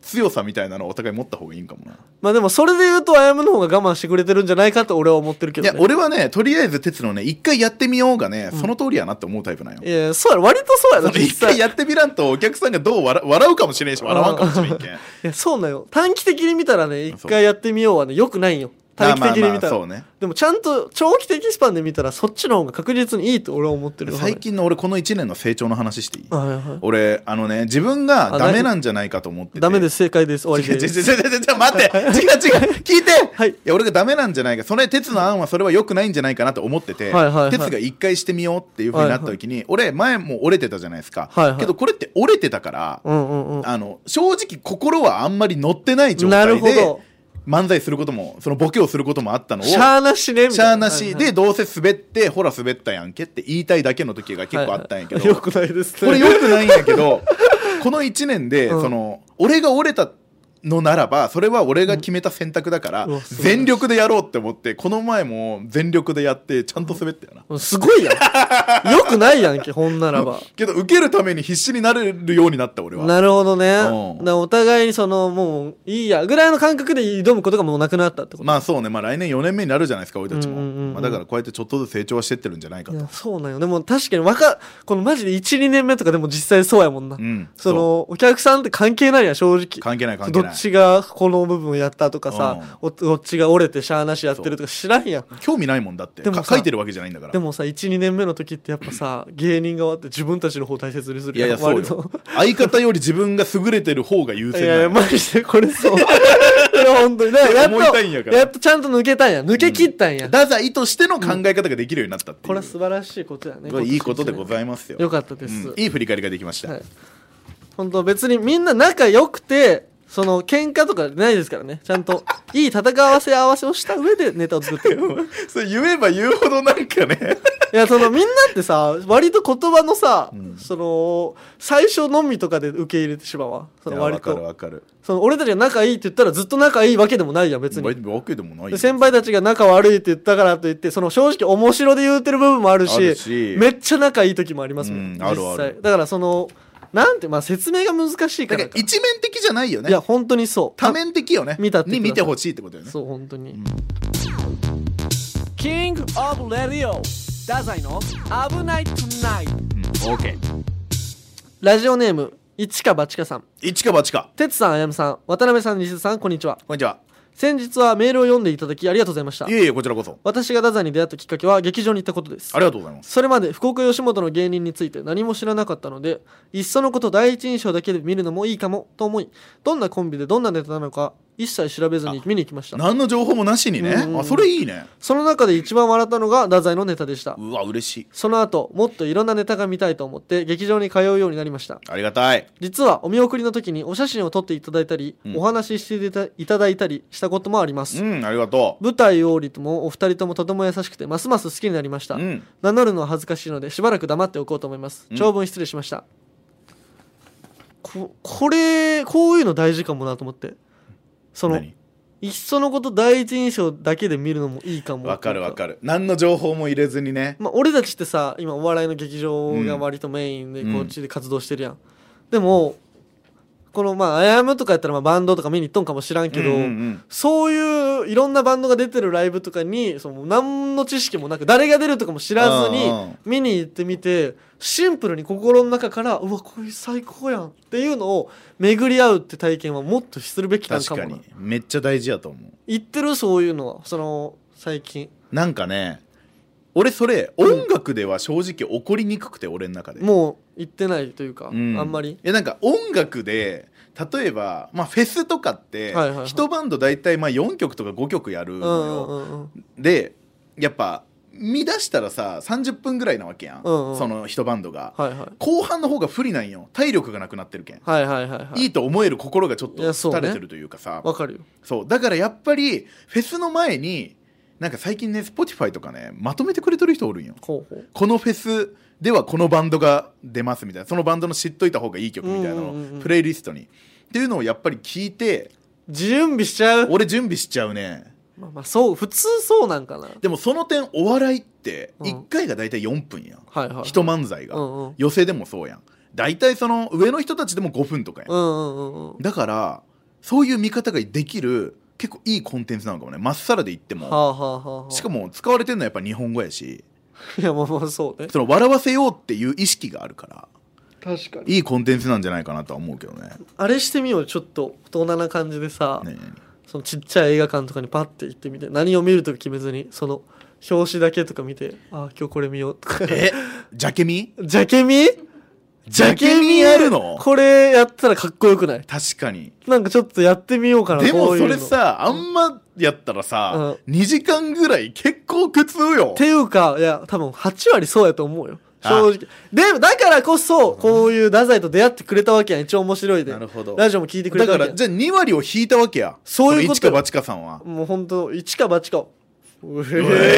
[SPEAKER 2] 強さみたいなのをお互い持った方がいいんかもな、
[SPEAKER 1] まあでもそれで言うとあやむの方が我慢してくれてるんじゃないかと俺は思ってるけ
[SPEAKER 2] い
[SPEAKER 1] ど、ね、
[SPEAKER 2] や俺はねとりあえず鉄のね一回やってみようがね、その通りやなって思うタイプなんよ
[SPEAKER 1] いやそうや割とそうや
[SPEAKER 2] そ
[SPEAKER 1] な
[SPEAKER 2] の一回やってみらんとお客さんがどう笑笑うかもしれんし笑わんかもしれん けん
[SPEAKER 1] いやそうなんよ短期的に見たらね一回やってみようはねよくないんよ短期的に見たら、
[SPEAKER 2] まあまあまあそうね
[SPEAKER 1] でもちゃんと長期的スパンで見たらそっちの方が確実にいいと俺は思ってる
[SPEAKER 2] 最近の俺この1年の成長の話していい
[SPEAKER 1] はいはい
[SPEAKER 2] 俺あのね自分が
[SPEAKER 1] あ
[SPEAKER 2] ダメなんじゃないかと思ってて
[SPEAKER 1] ダメです正解です終わり
[SPEAKER 2] 違う違う
[SPEAKER 1] です
[SPEAKER 2] 違う違う違う待って違 う違う聞いて、
[SPEAKER 1] はい
[SPEAKER 2] や俺がダメなんじゃないかそれ鉄の案はそれは良くないんじゃないかなと思ってて、
[SPEAKER 1] はいはいはい
[SPEAKER 2] 鉄が一回してみようっていうふうになった時に、俺前も折れてたじゃないですか、
[SPEAKER 1] はいはい
[SPEAKER 2] けどこれって折れてたから、
[SPEAKER 1] うんうん うん
[SPEAKER 2] あの正直心はあんまり乗ってない状
[SPEAKER 1] なる
[SPEAKER 2] 態
[SPEAKER 1] ほ
[SPEAKER 2] で
[SPEAKER 1] ど
[SPEAKER 2] 漫才することもそのボケをすることもあったのを
[SPEAKER 1] しゃーなしねみたい
[SPEAKER 2] しゃあな
[SPEAKER 1] はい
[SPEAKER 2] し
[SPEAKER 1] はい
[SPEAKER 2] でどうせ滑ってほら滑ったやんけって言いたいだけの時が結構あったんやけど、
[SPEAKER 1] はい はいよくないですね
[SPEAKER 2] これよくないんやけ どこの1年で、
[SPEAKER 1] うん
[SPEAKER 2] その俺が折れたのならばそれは俺が決めた選択だから、
[SPEAKER 1] うんうわすごい
[SPEAKER 2] 全力でやろうって思ってこの前も全力でやってちゃんと滑ったよな。
[SPEAKER 1] うんすごいやん よくないやんけほんならば
[SPEAKER 2] けど受けるために必死になれるようになった俺は
[SPEAKER 1] なるほどね
[SPEAKER 2] うん
[SPEAKER 1] なお互いにそのもういいやぐらいの感覚で挑むことがもうなくなったってこと
[SPEAKER 2] まあそうねまあ来年4年目になるじゃないですか俺たちも、
[SPEAKER 1] うんうんうんうん
[SPEAKER 2] まあ、だからこうやってちょっとずつ成長はしてってるんじゃないか
[SPEAKER 1] い
[SPEAKER 2] と
[SPEAKER 1] やそうなんよでも確かに若このマジで12年目とかでも実際そうやもんな、
[SPEAKER 2] うん
[SPEAKER 1] そのお客さんって関係ないやん正直
[SPEAKER 2] 関係ない関係
[SPEAKER 1] ど
[SPEAKER 2] ない
[SPEAKER 1] っちがこの部分やったとかさ、おどっちが折れてしゃあなしやってるとか知らんやん
[SPEAKER 2] 興味ないもんだって
[SPEAKER 1] でも
[SPEAKER 2] か
[SPEAKER 1] さ
[SPEAKER 2] 書いてるわけじゃないんだから
[SPEAKER 1] でもさ12年目の時ってやっぱさ芸人が終わって自分たちの方を大切にする
[SPEAKER 2] いやいやそう
[SPEAKER 1] 割
[SPEAKER 2] よ
[SPEAKER 1] と
[SPEAKER 2] 相方より自分が優れてる方が優
[SPEAKER 1] い
[SPEAKER 2] 先だ
[SPEAKER 1] やいや
[SPEAKER 2] よ
[SPEAKER 1] マジでこれ そういや本当にだからやっ
[SPEAKER 2] 思いた
[SPEAKER 1] と
[SPEAKER 2] いんやから
[SPEAKER 1] やっとちゃんと抜けたんや抜け切ったんや、
[SPEAKER 2] 太宰としての考え方ができるようになったっていう、
[SPEAKER 1] これは素晴らしいことやね
[SPEAKER 2] これいいことでござ
[SPEAKER 1] い
[SPEAKER 2] いますよ
[SPEAKER 1] よかったです、
[SPEAKER 2] うんいい振り返りができました、
[SPEAKER 1] はい、本当別にみんな仲良くてその喧嘩とかないですからねちゃんといい戦わせ合わせをした上でネタを作って る
[SPEAKER 2] それ言えば言うほどなんかね
[SPEAKER 1] いやそのみんなってさ割と言葉のさ、その最初のみとかで受け入れてしまうわそ
[SPEAKER 2] い
[SPEAKER 1] の
[SPEAKER 2] や
[SPEAKER 1] 割
[SPEAKER 2] わかる
[SPEAKER 1] と
[SPEAKER 2] わかる
[SPEAKER 1] その俺たちが仲いいって言ったらずっと仲いいわけでもないやん別に
[SPEAKER 2] 別にわけでもない
[SPEAKER 1] で
[SPEAKER 2] よ
[SPEAKER 1] 先輩たちが仲悪いって言ったからといってその正直面白で言うてる部分もあるし
[SPEAKER 2] あるし
[SPEAKER 1] めっちゃ仲いい時もありますもん、
[SPEAKER 2] うんある
[SPEAKER 1] 実
[SPEAKER 2] ある
[SPEAKER 1] 際だからそのなんてまあ説明が難しいか
[SPEAKER 2] だからら
[SPEAKER 1] か
[SPEAKER 2] 一面的じゃないよね
[SPEAKER 1] いや本当にそう
[SPEAKER 2] 多面的よね
[SPEAKER 1] 見たってくだ
[SPEAKER 2] に
[SPEAKER 1] さい
[SPEAKER 2] 見てほしいってことよね
[SPEAKER 1] そう本当に、
[SPEAKER 3] キングオブレディオダザイの危ないトゥナイト
[SPEAKER 2] オーケー
[SPEAKER 1] ラジオネーム一か八かさん
[SPEAKER 2] 一か八か
[SPEAKER 1] 哲さんあやむさん渡辺さん西田さんこんにちは
[SPEAKER 2] こんにちは
[SPEAKER 1] 先日はメールを読んでいただきありがとうございました
[SPEAKER 2] いえいえこちらこそ
[SPEAKER 1] 私が太宰に出会ったきっかけは劇場に行ったことです
[SPEAKER 2] ありがとうございます
[SPEAKER 1] それまで福岡吉本の芸人について何も知らなかったのでいっそのこと第一印象だけで見るのもいいかもと思いどんなコンビでどんなネタなのか一切調べずに見に行きました
[SPEAKER 2] 何の情報もなしにね
[SPEAKER 1] うん
[SPEAKER 2] あそれいいね
[SPEAKER 1] その中で一番笑ったのが太宰のネタでした
[SPEAKER 2] うわ嬉しい
[SPEAKER 1] その後もっといろんなネタが見たいと思って劇場に通うようになりました
[SPEAKER 2] ありがたい
[SPEAKER 1] 実はお見送りの時にお写真を撮っていただいたり、
[SPEAKER 2] うん
[SPEAKER 1] お話ししていたいただいたりしたこともあります、
[SPEAKER 2] うんありがと
[SPEAKER 1] 舞台を降りてもお二人ともとても優しくてますます好きになりました、
[SPEAKER 2] ううん
[SPEAKER 1] 名乗るのは恥ずかしいのでしばらく黙っておこうと思います、
[SPEAKER 2] うん
[SPEAKER 1] 長文失礼しましたここれこういうの大事かもなと思ってその
[SPEAKER 2] 何
[SPEAKER 1] いっそのこと第一印象だけで見るのもいいかも
[SPEAKER 2] わかるわ
[SPEAKER 1] る
[SPEAKER 2] かる何の情報も入れずにね
[SPEAKER 1] まあ、俺たちってさ今お笑いの劇場
[SPEAKER 2] う
[SPEAKER 1] が
[SPEAKER 2] ん
[SPEAKER 1] 割とメインで
[SPEAKER 2] うん
[SPEAKER 1] こっちで活動してるやん、でもこのまああやむとかやったらまあバンドとか見に行っとんかもしらんけど、
[SPEAKER 2] うんうんうん
[SPEAKER 1] そういういろんなバンドが出てるライブとかにその何の知識もなく誰が出るとかも知らず
[SPEAKER 2] う
[SPEAKER 1] に
[SPEAKER 2] ん
[SPEAKER 1] 見に行ってみてシンプルに心の中からうわこれ最高やんっていうのを巡り合うって体験はもっとするべきなの
[SPEAKER 2] 確
[SPEAKER 1] かも
[SPEAKER 2] か
[SPEAKER 1] な
[SPEAKER 2] にめっちゃ大事やと思う
[SPEAKER 1] 言ってるそういうのはその最近
[SPEAKER 2] なんかね俺それ音楽では正直起こりにくくて俺の中で、
[SPEAKER 1] もう言ってないというか、
[SPEAKER 2] うん
[SPEAKER 1] あんまり
[SPEAKER 2] いやなんか音楽で例えば、まあ、フェスとかって、
[SPEAKER 1] はいはいはい
[SPEAKER 2] 一バンド大体まあ4曲とか5曲やる
[SPEAKER 1] うん
[SPEAKER 2] の
[SPEAKER 1] う
[SPEAKER 2] よ、
[SPEAKER 1] んうんうん
[SPEAKER 2] でやっぱ見出したらさ30分ぐらいなわけやん、
[SPEAKER 1] うんうん
[SPEAKER 2] その一バンドが、
[SPEAKER 1] はいはい
[SPEAKER 2] 後半の方が不利なんよ体力がなくなってるけん、
[SPEAKER 1] はいはいはいはい
[SPEAKER 2] い、いと思える心がちょっと
[SPEAKER 1] いやそうね
[SPEAKER 2] 垂れてるというかさ
[SPEAKER 1] わかるよ
[SPEAKER 2] そうだからやっぱりフェスの前になんか最近ね Spotify とかねまとめてくれてる人おるんよ
[SPEAKER 1] ほうほう
[SPEAKER 2] このフェスではこのバンドが出ますみたいなそのバンドの知っといた方がいい曲みたいな
[SPEAKER 1] うんうんう
[SPEAKER 2] の
[SPEAKER 1] ん
[SPEAKER 2] をプレイリストにっていうのをやっぱり聞いて
[SPEAKER 1] 準備しちゃう
[SPEAKER 2] 俺準備しちゃうね
[SPEAKER 1] まあまあそう普通そうなんかな
[SPEAKER 2] でもその点お笑いって
[SPEAKER 1] うん
[SPEAKER 2] 1回が大体4分やん
[SPEAKER 1] はいはい
[SPEAKER 2] 一漫才
[SPEAKER 1] う
[SPEAKER 2] が
[SPEAKER 1] んうん
[SPEAKER 2] 寄席でもそうやん大体その上の人たちでも5分とかやん
[SPEAKER 1] うんうんうんうん
[SPEAKER 2] だからそういう見方ができる結構いいコンテンツなのかもねまっさらで言って
[SPEAKER 1] は
[SPEAKER 2] も
[SPEAKER 1] あはあはあはあ
[SPEAKER 2] しかも使われてるのはやっぱ日本語やし
[SPEAKER 1] いやまあまあそうね
[SPEAKER 2] その笑わせようっていう意識があるから
[SPEAKER 1] 確か
[SPEAKER 2] いいコンテンツなんじゃないかなとは思うけどね
[SPEAKER 1] あれしてみようちょっと大人な感じでさ、
[SPEAKER 2] ねえね
[SPEAKER 1] そのちっちゃい映画館とかにパッて行ってみて何を見るとか決めずにその表紙だけとか見てあ今日これ見ようとか
[SPEAKER 2] えねええジャケ見
[SPEAKER 1] ジャケ見
[SPEAKER 2] ジャケ見やるの
[SPEAKER 1] これやったらかっこよくない
[SPEAKER 2] 確かに
[SPEAKER 1] なんかちょっとやってみようかな
[SPEAKER 2] で
[SPEAKER 1] こ
[SPEAKER 2] も
[SPEAKER 1] ういうの
[SPEAKER 2] それさあんまやったらさ
[SPEAKER 1] う
[SPEAKER 2] 2時間ぐらい結構苦痛よ
[SPEAKER 1] っていうかいや多分8割そうやと思うよ
[SPEAKER 2] あ
[SPEAKER 1] 正直でだからこそこういう太宰と出会ってくれたわけやん一応面白いで
[SPEAKER 2] なるほど
[SPEAKER 1] ラジオも聞いてくれ
[SPEAKER 2] だ
[SPEAKER 1] たわ
[SPEAKER 2] か
[SPEAKER 1] けや
[SPEAKER 2] ら
[SPEAKER 1] ん
[SPEAKER 2] じゃあ2割を引いたわけや
[SPEAKER 1] そういうことよ
[SPEAKER 2] の一か八かさんは
[SPEAKER 1] もう本当一か八かう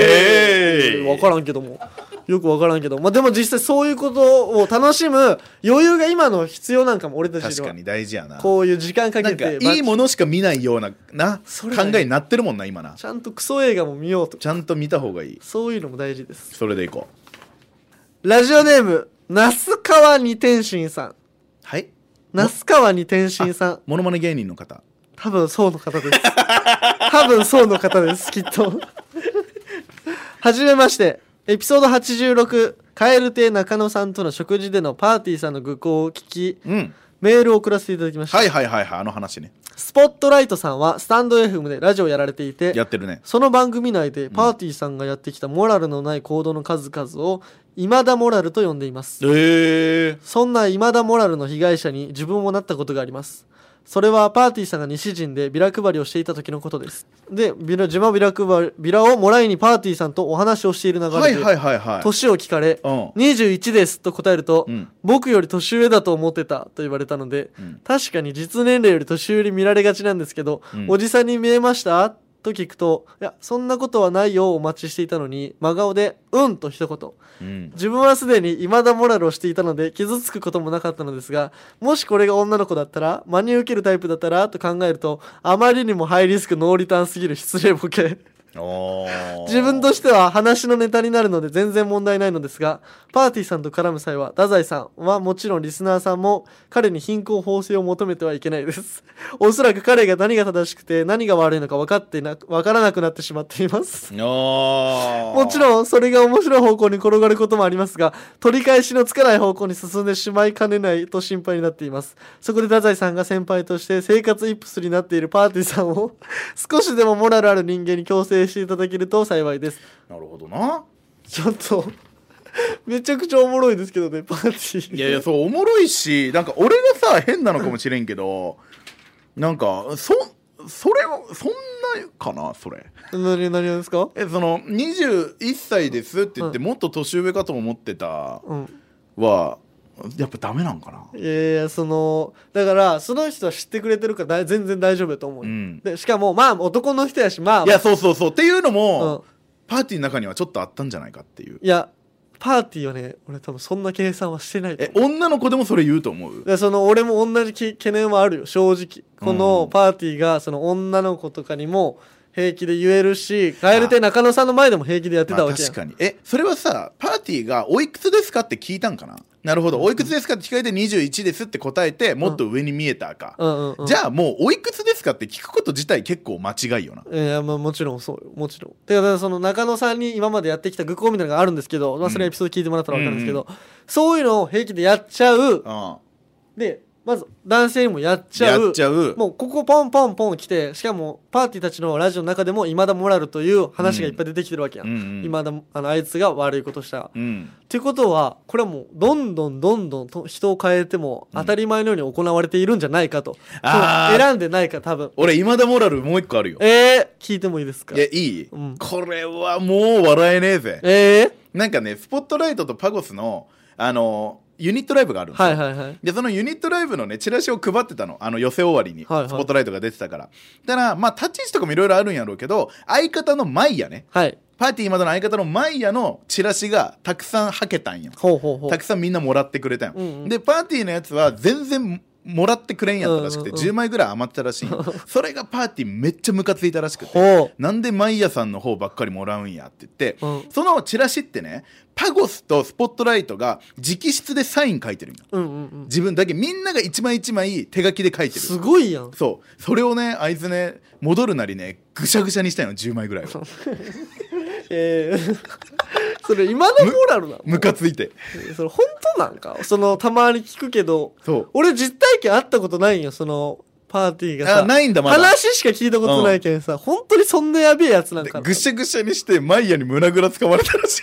[SPEAKER 2] えい
[SPEAKER 1] 分からんけどもよく分からんけど、まあ、でも実際そういうことを楽しむ余裕が今の必要なんかも俺たち
[SPEAKER 2] 確
[SPEAKER 1] に
[SPEAKER 2] か
[SPEAKER 1] は
[SPEAKER 2] に大事やな
[SPEAKER 1] こういう時間か
[SPEAKER 2] な
[SPEAKER 1] け
[SPEAKER 2] んか
[SPEAKER 1] て
[SPEAKER 2] いい
[SPEAKER 1] ま
[SPEAKER 2] ものしか見ないようなな
[SPEAKER 1] それ
[SPEAKER 2] 考
[SPEAKER 1] だよ
[SPEAKER 2] えになってるもんな今な
[SPEAKER 1] ちゃんとクソ映画も見ようと
[SPEAKER 2] ちゃんと見た方がいい
[SPEAKER 1] そういうのも大事です
[SPEAKER 2] それでいこう
[SPEAKER 1] ラジオネーム那須川二天心さん
[SPEAKER 2] はい
[SPEAKER 1] 那須川二天心さん
[SPEAKER 2] モノマネ芸人の方
[SPEAKER 1] 多分そうの方です多分そうの方ですきっとはじめましてエピソード86蛙亭中野さんとの食事でのパーティーさんの愚行を聞き
[SPEAKER 2] うん
[SPEAKER 1] メールを送らせていただきました、
[SPEAKER 2] はいはいはいはいあの話ね
[SPEAKER 1] スポットライトさんはスタンド FM でラジオをやられていて
[SPEAKER 2] やってるね
[SPEAKER 1] その番組内でパーティーさんがやってきたモラルのない行動の数々を今田モラルと呼んでいます
[SPEAKER 2] へえ
[SPEAKER 1] そんな今田モラルの被害者に自分もなったことがあります。それはパーティーさんが西陣でビラ配りをしていた時のことです。で、ビラ自慢ビラ配りビラをもらいにパーティーさんとお話をしている流れで、
[SPEAKER 2] はいはいはいはい
[SPEAKER 1] 年を聞かれ、
[SPEAKER 2] うん
[SPEAKER 1] 21ですと答えると、
[SPEAKER 2] うん
[SPEAKER 1] 僕より年上だと思ってたと言われたので、
[SPEAKER 2] うん
[SPEAKER 1] 確かに実年齢より年上に見られがちなんですけど、
[SPEAKER 2] うん
[SPEAKER 1] おじさんに見えましたと聞くと、いや、そんなことはないよお待ちしていたのに、真顔で、うんと一言。
[SPEAKER 2] うん
[SPEAKER 1] 自分はすでに今田モラルをしていたので傷つくこともなかったのですがもしこれが女の子だったら真に受けるタイプだったらと考えるとあまりにもハイリスクノーリターンすぎる 失礼ボケ
[SPEAKER 2] おー
[SPEAKER 1] 自分としては話のネタになるので全然問題ないのですがパーティーさんと絡む際は太宰さんはもちろんリスナーさんも彼に貧困法制を求めてはいけないです おそらく彼が何が正しくて何が悪いのか分かってな分からなくなってしまっています
[SPEAKER 2] あー
[SPEAKER 1] もちろんそれが面白い方向に転がることもありますが取り返しのつかない方向に進んでしまいかねないと心配になっていますそこで太宰さんが先輩として生活イップスになっているパーティーさんを 少しでもモラルある人間に強制していただけると幸いです
[SPEAKER 2] なるほどな
[SPEAKER 1] ちょっとめちゃくちゃおもろいですけどねパーティー
[SPEAKER 2] いやいやそうおもろいしなんか俺がさ変なのかもしれんけどなんかそそれはそんなかなそれ
[SPEAKER 1] 何何ですか
[SPEAKER 2] えその21歳ですって言って、もっと年上かと思ってた
[SPEAKER 1] うん
[SPEAKER 2] はやっぱダメなんかない
[SPEAKER 1] やいやそのだからその人は知ってくれてるからだ全然大丈夫だと思うよ、
[SPEAKER 2] うん
[SPEAKER 1] でしかもまあ男の人やしまあ
[SPEAKER 2] いやそうそうそうっていうのも、
[SPEAKER 1] うん
[SPEAKER 2] パーティーの中にはちょっとあったんじゃないかっていう
[SPEAKER 1] いや、パーティーはね、俺多分そんな計算はしてないと
[SPEAKER 2] え
[SPEAKER 1] 思う。
[SPEAKER 2] 女の子でもそれ言うと思う
[SPEAKER 1] でその俺も同じき懸念はあるよ正直こ
[SPEAKER 2] う
[SPEAKER 1] の
[SPEAKER 2] ん
[SPEAKER 1] パーティーがその女の子とかにも平気で言えるし蛙亭中野さんの前でも平気でやってた
[SPEAKER 2] ま
[SPEAKER 1] わ
[SPEAKER 2] あ
[SPEAKER 1] けや
[SPEAKER 2] 確
[SPEAKER 1] ん、
[SPEAKER 2] かにえそれはさパーティーが「おいくつですか?」って聞いたんかななるほど「おいくつですか?」って聞かれて「21です」って答えてもっと上に見えたか、
[SPEAKER 1] うんうんうん、
[SPEAKER 2] じゃあもう「おいくつですか?」って聞くこと自体結構間違いよな
[SPEAKER 1] えーまあ、もちろんそうよもちろんてかだからその中野さんに今までやってきた愚行みたいなのがあるんですけど、まあ、それはエピソード聞いてもらったら分かるんですけど、そういうのを平気でやっちゃう
[SPEAKER 2] うん
[SPEAKER 1] でまず男性にもやっちゃ
[SPEAKER 2] や
[SPEAKER 1] う
[SPEAKER 2] っちゃう
[SPEAKER 1] もうここポンポンポン来てしかもパーティーたちのラジオの中でも今田モラルという話がいっぱい出てきてるわけやん、
[SPEAKER 2] うんうん
[SPEAKER 1] 今田あのあいつが悪いことした
[SPEAKER 2] うん
[SPEAKER 1] っていうことはこれはもうどんどんどんどんと人を変えても当たり前のように行われているんじゃないかと、
[SPEAKER 2] あー
[SPEAKER 1] 選んでないか多分
[SPEAKER 2] 俺今田モラルもう一個あるよ
[SPEAKER 1] えー、聞いてもいいですか
[SPEAKER 2] いやいい、
[SPEAKER 1] うん
[SPEAKER 2] これはもう笑えねえぜ
[SPEAKER 1] え
[SPEAKER 2] なんかねスポットライトとパゴスのあのユニットライブがあるん
[SPEAKER 1] ー、
[SPEAKER 2] ですよ
[SPEAKER 1] はいはいはい
[SPEAKER 2] でそのユニットライブのねチラシを配ってたのあの寄せ終わりに、
[SPEAKER 1] はいはい
[SPEAKER 2] スポットライトが出てたからだからまあ立ち位置とかもいろいろあるんやろうけど相方のマイヤね
[SPEAKER 1] はい
[SPEAKER 2] パーティーまでの相方のマイヤのチラシがたくさんはけたんよ
[SPEAKER 1] ほうほうほう
[SPEAKER 2] たくさんみんなもらってくれたんよ、
[SPEAKER 1] うんうん
[SPEAKER 2] でパーティーのやつは全然もらってくれんやったらしくて、
[SPEAKER 1] うんうんうん
[SPEAKER 2] 10枚ぐらい余ってたらしいんよそれがパーティーめっちゃムカついたらしくて
[SPEAKER 1] ほ
[SPEAKER 2] なんでマイヤさんの方ばっかりもらうんやって言って、
[SPEAKER 1] ううん
[SPEAKER 2] そのチラシってねパゴスとスポットライトが直筆でサイン書いてるんよ
[SPEAKER 1] うんうんうん
[SPEAKER 2] 自分だけみんなが一枚一枚手書きで書いて
[SPEAKER 1] す
[SPEAKER 2] る
[SPEAKER 1] ごいやん
[SPEAKER 2] そうそれをねあいつね戻るなりねぐしゃぐしゃにしたいの10枚ぐらいを
[SPEAKER 1] えー、 それ今田モラルなの
[SPEAKER 2] ムカついて
[SPEAKER 1] それ本当なんかそのたまに聞くけど
[SPEAKER 2] そう
[SPEAKER 1] 俺実体験あったことないんよそのパーティーがさ
[SPEAKER 2] あないんだまだ
[SPEAKER 1] 話しか聞いたことないけんさ、本当にそんなやべえやつなん
[SPEAKER 2] で
[SPEAKER 1] かな
[SPEAKER 2] ぐしゃぐしゃにしてマイヤに胸ぐらつかまれたらしい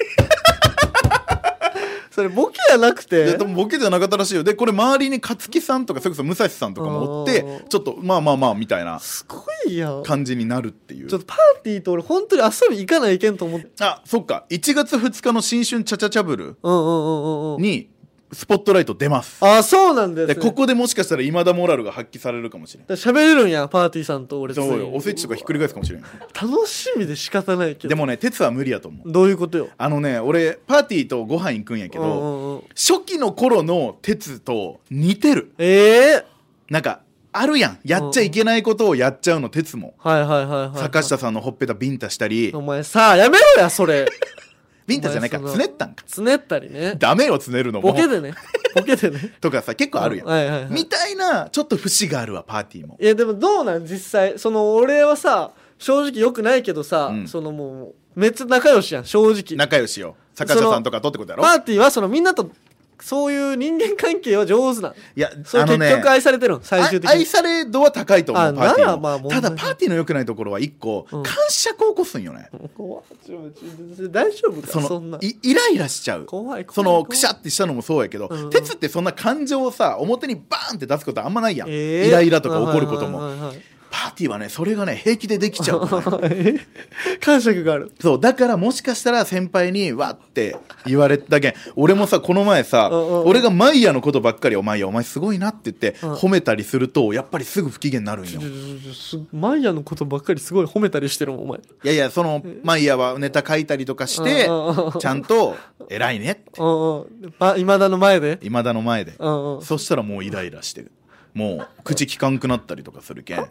[SPEAKER 1] それボケじゃなく
[SPEAKER 2] いや
[SPEAKER 1] て
[SPEAKER 2] でもボケじゃなかったらしいよでこれ周りに勝木さんとかそれこそ武蔵さんとかもおっ
[SPEAKER 1] あ
[SPEAKER 2] て
[SPEAKER 1] ー
[SPEAKER 2] ちょっとまあまあまあみたいな
[SPEAKER 1] すごいやんちょっ
[SPEAKER 2] 感じになるっていう
[SPEAKER 1] とパーティーと俺本当に遊び行かないけんと思って
[SPEAKER 2] あそっか1月2日の新春チャチャチャブル
[SPEAKER 1] うんうんうんうんうん
[SPEAKER 2] にスポットライト出ます
[SPEAKER 1] あそうなんです、ね、
[SPEAKER 2] でここでもしかしたら今田モラルが発揮されるかもしれん
[SPEAKER 1] だから喋れるんやパーティーさんと俺
[SPEAKER 2] そう
[SPEAKER 1] つい
[SPEAKER 2] よ
[SPEAKER 1] に
[SPEAKER 2] おせちとかひっくり返すかもしれん
[SPEAKER 1] 楽しみで仕方ないけど
[SPEAKER 2] でもね鉄は無理やと思う
[SPEAKER 1] どういうことよ
[SPEAKER 2] あのね俺パーティーとご飯行くんやけど、
[SPEAKER 1] うんうんうん
[SPEAKER 2] 初期の頃の鉄と似てる
[SPEAKER 1] ええ
[SPEAKER 2] なんかあるやんやっちゃいけないことをやっちゃうの鉄も、
[SPEAKER 1] はいはいはいはい
[SPEAKER 2] 坂下さんのほっぺたビンタしたり、
[SPEAKER 1] お前さあやめろやそれ
[SPEAKER 2] ビンタじゃないか
[SPEAKER 1] お前
[SPEAKER 2] つ
[SPEAKER 1] その
[SPEAKER 2] ねったんか
[SPEAKER 1] つねった りね
[SPEAKER 2] ダメよつねるのも
[SPEAKER 1] ボケでねボケでね
[SPEAKER 2] とかさ結構あるやん、
[SPEAKER 1] はいはいはい
[SPEAKER 2] みたいなちょっと節があるわパーティーも
[SPEAKER 1] いやでもどうなん実際その俺はさ正直よくないけどさ、
[SPEAKER 2] うん
[SPEAKER 1] そのもうめっちゃ仲良しやん正直
[SPEAKER 2] 仲良しよ坂下さんとかとってことやろ
[SPEAKER 1] パーティーはそのみんなとそういう人間関係は上手なん
[SPEAKER 2] いや
[SPEAKER 1] それ
[SPEAKER 2] あの
[SPEAKER 1] 結
[SPEAKER 2] ね
[SPEAKER 1] 局愛されてるの最終的
[SPEAKER 2] あ愛
[SPEAKER 1] に
[SPEAKER 2] され度は高いと思
[SPEAKER 1] あ
[SPEAKER 2] うパーティ
[SPEAKER 1] なら
[SPEAKER 2] ー
[SPEAKER 1] まあ問
[SPEAKER 2] も
[SPEAKER 1] 題
[SPEAKER 2] た
[SPEAKER 1] ない
[SPEAKER 2] だパーティーの良くないところは一個、
[SPEAKER 1] うん
[SPEAKER 2] 感触を起こすんよね
[SPEAKER 1] 怖いちょちょ大丈夫か
[SPEAKER 2] そ
[SPEAKER 1] そ
[SPEAKER 2] の
[SPEAKER 1] んない
[SPEAKER 2] イライラしちゃう
[SPEAKER 1] 怖い怖い
[SPEAKER 2] その
[SPEAKER 1] 怖い
[SPEAKER 2] くしゃってしたのもそうやけど、
[SPEAKER 1] うんうん
[SPEAKER 2] 鉄ってそんな感情をさ表にバーンって出すことあんまないやん、
[SPEAKER 1] えー
[SPEAKER 2] イライラとか怒ることも、
[SPEAKER 1] はいはいはいはい
[SPEAKER 2] パーティーはねそれがね平気でできち ゃうのね
[SPEAKER 1] 感触がある。
[SPEAKER 2] そうだからもしかしたら先輩にわって言われたけん俺もさこの前さ、
[SPEAKER 1] うんうん
[SPEAKER 2] 俺がマイヤのことばっかり「お前やお前すごいな」って言って
[SPEAKER 1] うん
[SPEAKER 2] 褒めたりするとやっぱりすぐ不機嫌になるんよ、
[SPEAKER 1] すマイヤのことばっかりすごい褒めたりしてるもんお前
[SPEAKER 2] いやいやそのマイヤはネタ書いたりとかして
[SPEAKER 1] うんうんうん
[SPEAKER 2] ちゃんと偉いねって
[SPEAKER 1] うんうんま今田の前で
[SPEAKER 2] 今田の前で
[SPEAKER 1] うんうん
[SPEAKER 2] そしたらもうイライラしてるもう口きかんくなったりとかするけん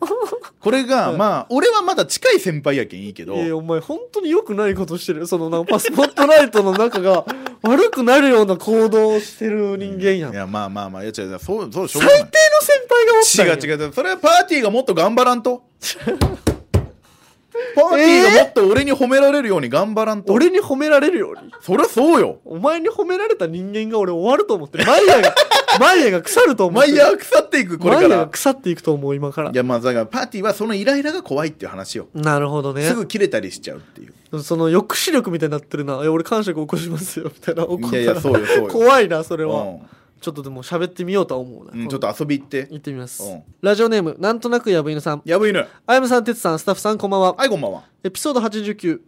[SPEAKER 2] これがまあ俺はまだ近い先輩やけんいいけど
[SPEAKER 1] いやいやお前本当に良くないことしてるそのなんかパスポットライトの中が 悪くなるような行動をしてる人間やん
[SPEAKER 2] いやまあまあまあいや違う違うそうそうしょう
[SPEAKER 1] 最
[SPEAKER 2] が
[SPEAKER 1] 低の先輩がおったん
[SPEAKER 2] な
[SPEAKER 1] や
[SPEAKER 2] い違う違うそれはパーティーがもっと頑張らんとパーティーがもっと俺に褒められるように頑張らんと、
[SPEAKER 1] 俺に褒められるように
[SPEAKER 2] そりゃそうよ
[SPEAKER 1] お前に褒められた人間が俺終わると思ってマイ ヤがマイヤが腐ると思っ
[SPEAKER 2] マ
[SPEAKER 1] て
[SPEAKER 2] イヤー腐っていくこれ
[SPEAKER 1] マ
[SPEAKER 2] か
[SPEAKER 1] イヤが
[SPEAKER 2] ら
[SPEAKER 1] 腐っていくと思う今から
[SPEAKER 2] いやまあだからパーティーはそのイライラが怖いっていう話よ
[SPEAKER 1] なるほどね
[SPEAKER 2] すぐ切れたりしちゃうっていう
[SPEAKER 1] その抑止力みたいになってるな。いや、俺感触起こしますよ、みたいな。怒ったら
[SPEAKER 2] いやいやそうよそうよ
[SPEAKER 1] 怖いな、それは。
[SPEAKER 2] う
[SPEAKER 1] ちょっとでも喋ってみようとは思うな。
[SPEAKER 2] ん、うん、ちょっ
[SPEAKER 1] と。
[SPEAKER 2] と遊び行って
[SPEAKER 1] 行ってみます。
[SPEAKER 2] うん
[SPEAKER 1] ラジオネーム、なんとなくやぶ犬さん。
[SPEAKER 2] やぶ犬
[SPEAKER 1] あやむさん、てつさん、スタッフさん、こんばんは。
[SPEAKER 2] はいこんばんは
[SPEAKER 1] エピソード89、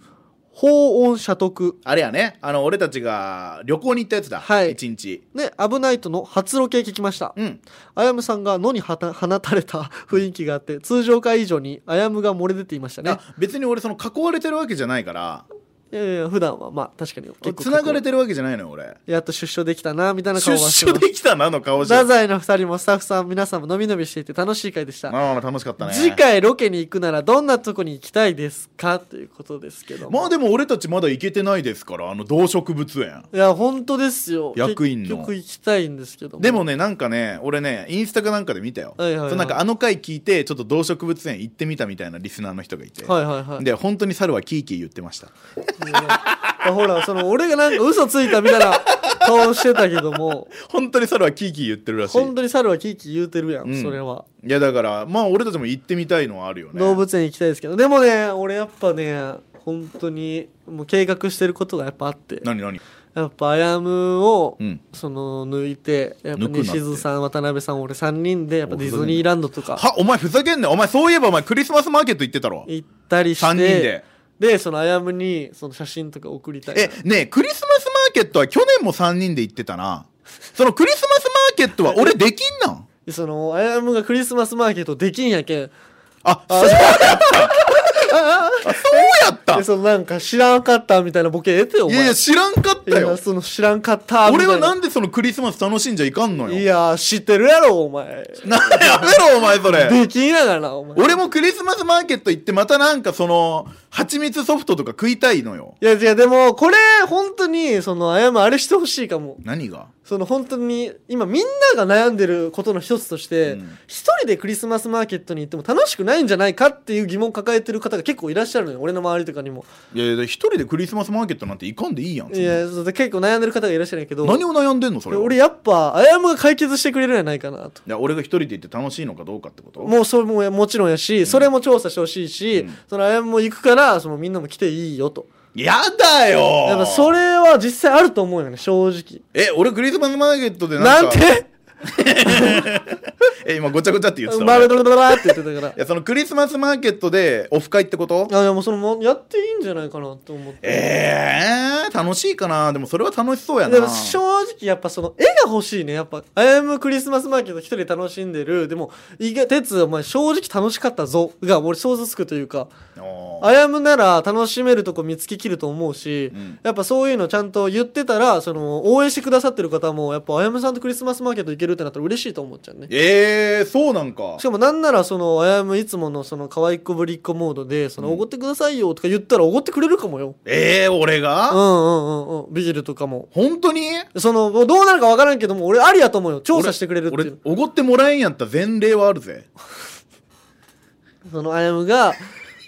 [SPEAKER 1] 法音社徳。
[SPEAKER 2] あれやねあの俺たちが旅行に行ったやつだ
[SPEAKER 1] はい
[SPEAKER 2] 一日
[SPEAKER 1] ね、アブナイトの初ロケ聞きました。
[SPEAKER 2] うん
[SPEAKER 1] あやむさんが野にはた 放たれた雰囲気があって、通常回以上にあやむが漏れ出ていましたね。
[SPEAKER 2] あ別に俺その囲われてるわけじゃないから
[SPEAKER 1] いやいや普段はまあ確かに結構
[SPEAKER 2] 繋がれてるわけじゃないのよ俺
[SPEAKER 1] やっと出所できたなみたいな顔
[SPEAKER 2] 出
[SPEAKER 1] はして
[SPEAKER 2] 所
[SPEAKER 1] ます
[SPEAKER 2] できたなの顔じゃ
[SPEAKER 1] 太宰の二人もスタッフさん皆さんものびのびしていて楽しい回でした
[SPEAKER 2] ああ楽しかったね
[SPEAKER 1] 次回ロケに行くならどんなとこに行きたいですかということですけど
[SPEAKER 2] まあでも俺たちまだ行けてないですからあの動植物園
[SPEAKER 1] いや本当ですよ
[SPEAKER 2] 役員の
[SPEAKER 1] 結局行きたいんですけど
[SPEAKER 2] でもねなんかね俺ねインスタかなんかで見たよ、
[SPEAKER 1] はいはいはい
[SPEAKER 2] そうなんかあの回聞いてちょっと動植物園行ってみたみたいなリスナーの人がいて、
[SPEAKER 1] はいはいはい
[SPEAKER 2] で本当に猿はキーキー言っ てました
[SPEAKER 1] あほらその俺がなんか嘘ついたみたいな顔してたけど も
[SPEAKER 2] 本当に猿はキーキー言ってるらしい
[SPEAKER 1] 本当に猿はキーキー言うてるやん、
[SPEAKER 2] うん
[SPEAKER 1] それはい
[SPEAKER 2] やだからまあ俺たちも行ってみたいのはあるよね
[SPEAKER 1] 動物園行きたいですけどでもね俺やっぱね本当にもう計画してることがやっぱあって
[SPEAKER 2] 何何
[SPEAKER 1] やっぱアヤムを、
[SPEAKER 2] うん
[SPEAKER 1] その抜いてやっぱ
[SPEAKER 2] 抜くなって
[SPEAKER 1] 西津さん渡辺さん俺3人でやっぱディズニーランドとか
[SPEAKER 2] はお前ふざけんなよお前そういえばお前クリスマスマーケット行ってたろ
[SPEAKER 1] 行ったりして
[SPEAKER 2] 3人で
[SPEAKER 1] でそのアヤムにその写真とか送りたいな
[SPEAKER 2] えねえクリスマスマーケットは去年も3人で行ってたなそのクリスマスマーケットは俺できんなん
[SPEAKER 1] でそのアヤムがクリスマスマーケットできんやけん
[SPEAKER 2] あそうやったあそうや
[SPEAKER 1] で
[SPEAKER 2] った
[SPEAKER 1] そのなんか知らんかったみたいなボケえってお
[SPEAKER 2] い
[SPEAKER 1] 前
[SPEAKER 2] やいや知らんかっ
[SPEAKER 1] い
[SPEAKER 2] た
[SPEAKER 1] や
[SPEAKER 2] よ
[SPEAKER 1] その知らんかったみた
[SPEAKER 2] 俺
[SPEAKER 1] いな
[SPEAKER 2] はなんでそのクリスマス楽しんじゃいかんの
[SPEAKER 1] い
[SPEAKER 2] よ
[SPEAKER 1] や知ってるやろお前
[SPEAKER 2] なやめろお前それ
[SPEAKER 1] できんやがなお前
[SPEAKER 2] 俺もクリスマスマーケット行ってまたなんかその蜂蜜ソフトとか食いたいのよ
[SPEAKER 1] いやいやでもこれ本当にそのアヤムあれしてほしいかも
[SPEAKER 2] 何が
[SPEAKER 1] その本当に今みんなが悩んでることの一つとして
[SPEAKER 2] うん
[SPEAKER 1] 一、人でクリスマスマーケットに行っても楽しくないんじゃないかっていう疑問を抱えてる方が結構いらっしゃるのよ俺の周りとかにも
[SPEAKER 2] いやいや一人でクリスマスマーケットなんて行かんでいいやん
[SPEAKER 1] いやそうで結構悩んでる方がいらっしゃるんやけど
[SPEAKER 2] 何を悩んでんのそれは
[SPEAKER 1] 俺やっぱアヤムが解決してくれるんじゃないかなと
[SPEAKER 2] いや俺が一人で行って楽しいのかどうかってこと
[SPEAKER 1] もうそれももちろんやし、それも調査してほしいし、
[SPEAKER 2] うん
[SPEAKER 1] そのアヤムも行くからそのみんなも来ていいよと
[SPEAKER 2] やだよ
[SPEAKER 1] やっぱそれは実際あると思うよね正直
[SPEAKER 2] え俺クリスマスマーケットでな
[SPEAKER 1] なんん
[SPEAKER 2] か
[SPEAKER 1] て
[SPEAKER 2] え今ごちゃごちゃって言ってた
[SPEAKER 1] バラ
[SPEAKER 2] 俺い
[SPEAKER 1] バラバラって言ってたから
[SPEAKER 2] やそのクリスマスマーケットでオフ会ってこと
[SPEAKER 1] あでもそのもうやっていいんじゃないかなと思って
[SPEAKER 2] えー、楽しいかなでもそれは楽しそうやな
[SPEAKER 1] でも正直やっぱその絵が欲しいねやっぱ「あやむクリスマスマーケット」一人で楽しんでるでも「いが鉄お前正直楽しかったぞ」が俺想像つくというか
[SPEAKER 2] おー
[SPEAKER 1] あやむなら楽しめるとこ見つけきると思うし、
[SPEAKER 2] うん
[SPEAKER 1] やっぱそういうのちゃんと言ってたらその応援してくださってる方もやっぱあやむさんとクリスマスマーケット行けるってなったら嬉しいと思っちゃうね
[SPEAKER 2] えー、そうなんか
[SPEAKER 1] しかもなんならそのあやむいつものその可愛い子ぶりっ子モードで「そのおごってくださいよ」とか言ったらおごってくれるかもよ
[SPEAKER 2] えー、俺
[SPEAKER 1] うん
[SPEAKER 2] が、
[SPEAKER 1] うんうんうんビールとかも
[SPEAKER 2] 本当に
[SPEAKER 1] そのどうなるか分からんけども俺ありやと思うよ調査してくれるってい
[SPEAKER 2] 俺
[SPEAKER 1] う
[SPEAKER 2] おごってもらえんやったら前例はあるぜ
[SPEAKER 1] そのあやむが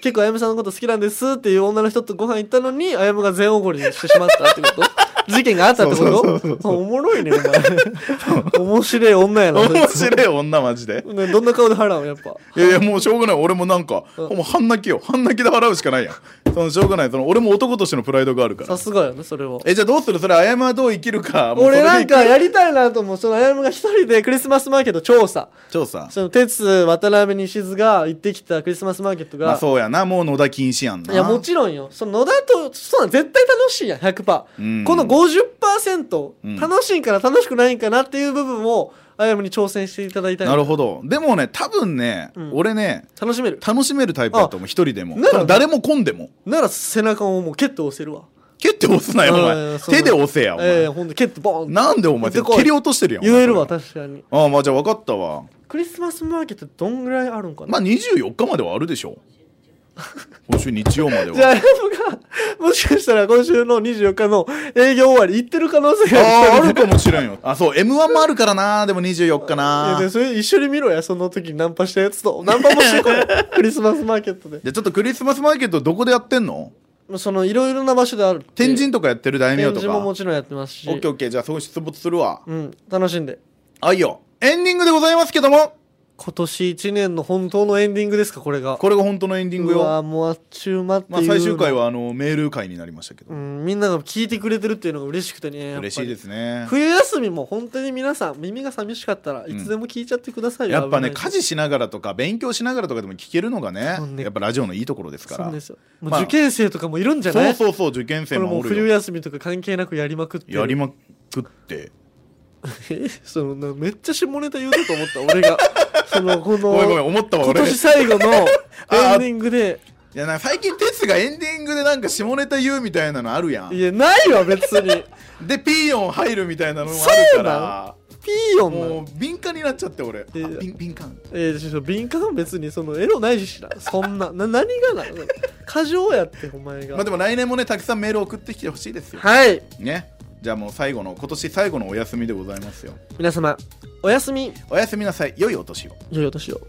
[SPEAKER 1] 結構あやむさんのこと好きなんですっていう女の人とご飯行ったのにあやむが全おごりにしてしまったってこと事件があったってこ
[SPEAKER 2] そう
[SPEAKER 1] と
[SPEAKER 2] そうそう
[SPEAKER 1] おもろいねお 前面白い女やな
[SPEAKER 2] 面白い女マジで
[SPEAKER 1] ね、どんな顔で払うのやっ ぱ
[SPEAKER 2] いやいやもうしょうがない俺もなんか、もう半泣きよ半泣きで払うしかないやんそのしょうがないその俺も男としてのプライドがあるから
[SPEAKER 1] さすがよねそれは
[SPEAKER 2] えじゃあどうするそれ謝はどう生きるかもうそ
[SPEAKER 1] 俺
[SPEAKER 2] れで
[SPEAKER 1] なんかやりたいなと思うそのあやむが一人でクリスマスマーケット調査
[SPEAKER 2] 調査
[SPEAKER 1] その哲渡辺西津が行ってきたクリスマスマーケットが、
[SPEAKER 2] まあそうやなもう野田禁止やんない
[SPEAKER 1] やもちろんよその野田とそうなん絶対楽しいやん100%、
[SPEAKER 2] うん
[SPEAKER 1] この50%、
[SPEAKER 2] うん
[SPEAKER 1] 楽しいんかな楽しくないんかなっていう部分をあやむに挑戦していただいたい
[SPEAKER 2] なるほどでもね多分ね、
[SPEAKER 1] ん
[SPEAKER 2] 俺ね
[SPEAKER 1] 楽しめる
[SPEAKER 2] 楽しめるタイプだと思う一人でも
[SPEAKER 1] なら
[SPEAKER 2] その誰も混んでも
[SPEAKER 1] なら背中をもう蹴って押せるわ
[SPEAKER 2] 蹴って押すなよお
[SPEAKER 1] いやい
[SPEAKER 2] 前
[SPEAKER 1] やそんな
[SPEAKER 2] 手で押せやお前、
[SPEAKER 1] ええほんで蹴ってボーンって
[SPEAKER 2] なんでお前
[SPEAKER 1] 行ってこい
[SPEAKER 2] 蹴り落としてるやんお前
[SPEAKER 1] 言えるわ
[SPEAKER 2] それ
[SPEAKER 1] 確かに
[SPEAKER 2] ああまあじゃあ分かったわ
[SPEAKER 1] クリスマスマーケットどんぐらいあるんかな、
[SPEAKER 2] まあ24日まではあるでしょ今週日曜まで は
[SPEAKER 1] じゃあ、あやむが、もしかしたら今週の24日の営業終わり行ってる可能性が
[SPEAKER 2] あ
[SPEAKER 1] あ
[SPEAKER 2] ーあ
[SPEAKER 1] る
[SPEAKER 2] るかもしれんよあそう m 1もあるからなでも24日ない
[SPEAKER 1] や
[SPEAKER 2] じ
[SPEAKER 1] でそれ一緒に見ろや、その時にナンパしたやつと。ナンパもしてこい。 クリスマスマーケットで。
[SPEAKER 2] ゃあちょっとクリスマスマーケットどこでやってんの
[SPEAKER 1] もうそのいろいろな場所であるって
[SPEAKER 2] 天神とかやってる大名
[SPEAKER 1] 展
[SPEAKER 2] と
[SPEAKER 1] 示
[SPEAKER 2] か
[SPEAKER 1] ももちろんやってますし
[SPEAKER 2] オッケーオッケーじゃあそこ出没するわ
[SPEAKER 1] うん楽しんで
[SPEAKER 2] あいいよエンディングでございますけども
[SPEAKER 1] 今年1年の本当のエンディングですかこれが
[SPEAKER 2] これが本当のエンディング
[SPEAKER 1] うわ
[SPEAKER 2] よ
[SPEAKER 1] ーもうあっちゅう間っていう、
[SPEAKER 2] まあ最終回はあのメール会になりましたけど
[SPEAKER 1] うんみんなが聞いてくれてるっていうのが嬉しくてねやっぱり
[SPEAKER 2] 嬉しいですね
[SPEAKER 1] 冬休みも本当に皆さん耳が寂しかったらいつでも聞いちゃってくださいよ、
[SPEAKER 2] やっぱね
[SPEAKER 1] 危ない
[SPEAKER 2] 家事しながらとか勉強しながらとかでも聞けるのがね
[SPEAKER 1] そうね
[SPEAKER 2] やっぱラジオのいいところですか
[SPEAKER 1] そう
[SPEAKER 2] ら
[SPEAKER 1] ですよもう
[SPEAKER 2] まあ
[SPEAKER 1] 受験生とかもいるんじゃない、
[SPEAKER 2] そうそうそう受験生
[SPEAKER 1] これも
[SPEAKER 2] も
[SPEAKER 1] う
[SPEAKER 2] おる
[SPEAKER 1] 冬
[SPEAKER 2] よ
[SPEAKER 1] 休みとか関係なくやりまくってる
[SPEAKER 2] やりまくって
[SPEAKER 1] えそのなめっちゃ下ネタ言うたと 思った俺がそのこの
[SPEAKER 2] ごめんごめん思ったわ
[SPEAKER 1] 今
[SPEAKER 2] 俺
[SPEAKER 1] 年最後のエンディングで
[SPEAKER 2] いやな最近哲がエンディングでなんか下ネタ言うみたいなのあるやん
[SPEAKER 1] いやないわ別 に
[SPEAKER 2] でピーヨン入るみたいなのもあるから
[SPEAKER 1] ピーヨンな
[SPEAKER 2] も
[SPEAKER 1] の
[SPEAKER 2] う敏感になっちゃって俺あ
[SPEAKER 1] いや
[SPEAKER 2] 敏敏感
[SPEAKER 1] えー、ちょっと敏感別にそのエロないしなそんなな何がなの過剰やってお前が、
[SPEAKER 2] まあでも来年もねたくさんメール送ってきてほしいですよ
[SPEAKER 1] はい
[SPEAKER 2] ねじゃあもう最後の今年最後のお休みでございますよ
[SPEAKER 1] 皆様おやすみ
[SPEAKER 2] おやすみなさい良いお年を
[SPEAKER 1] 良いお年を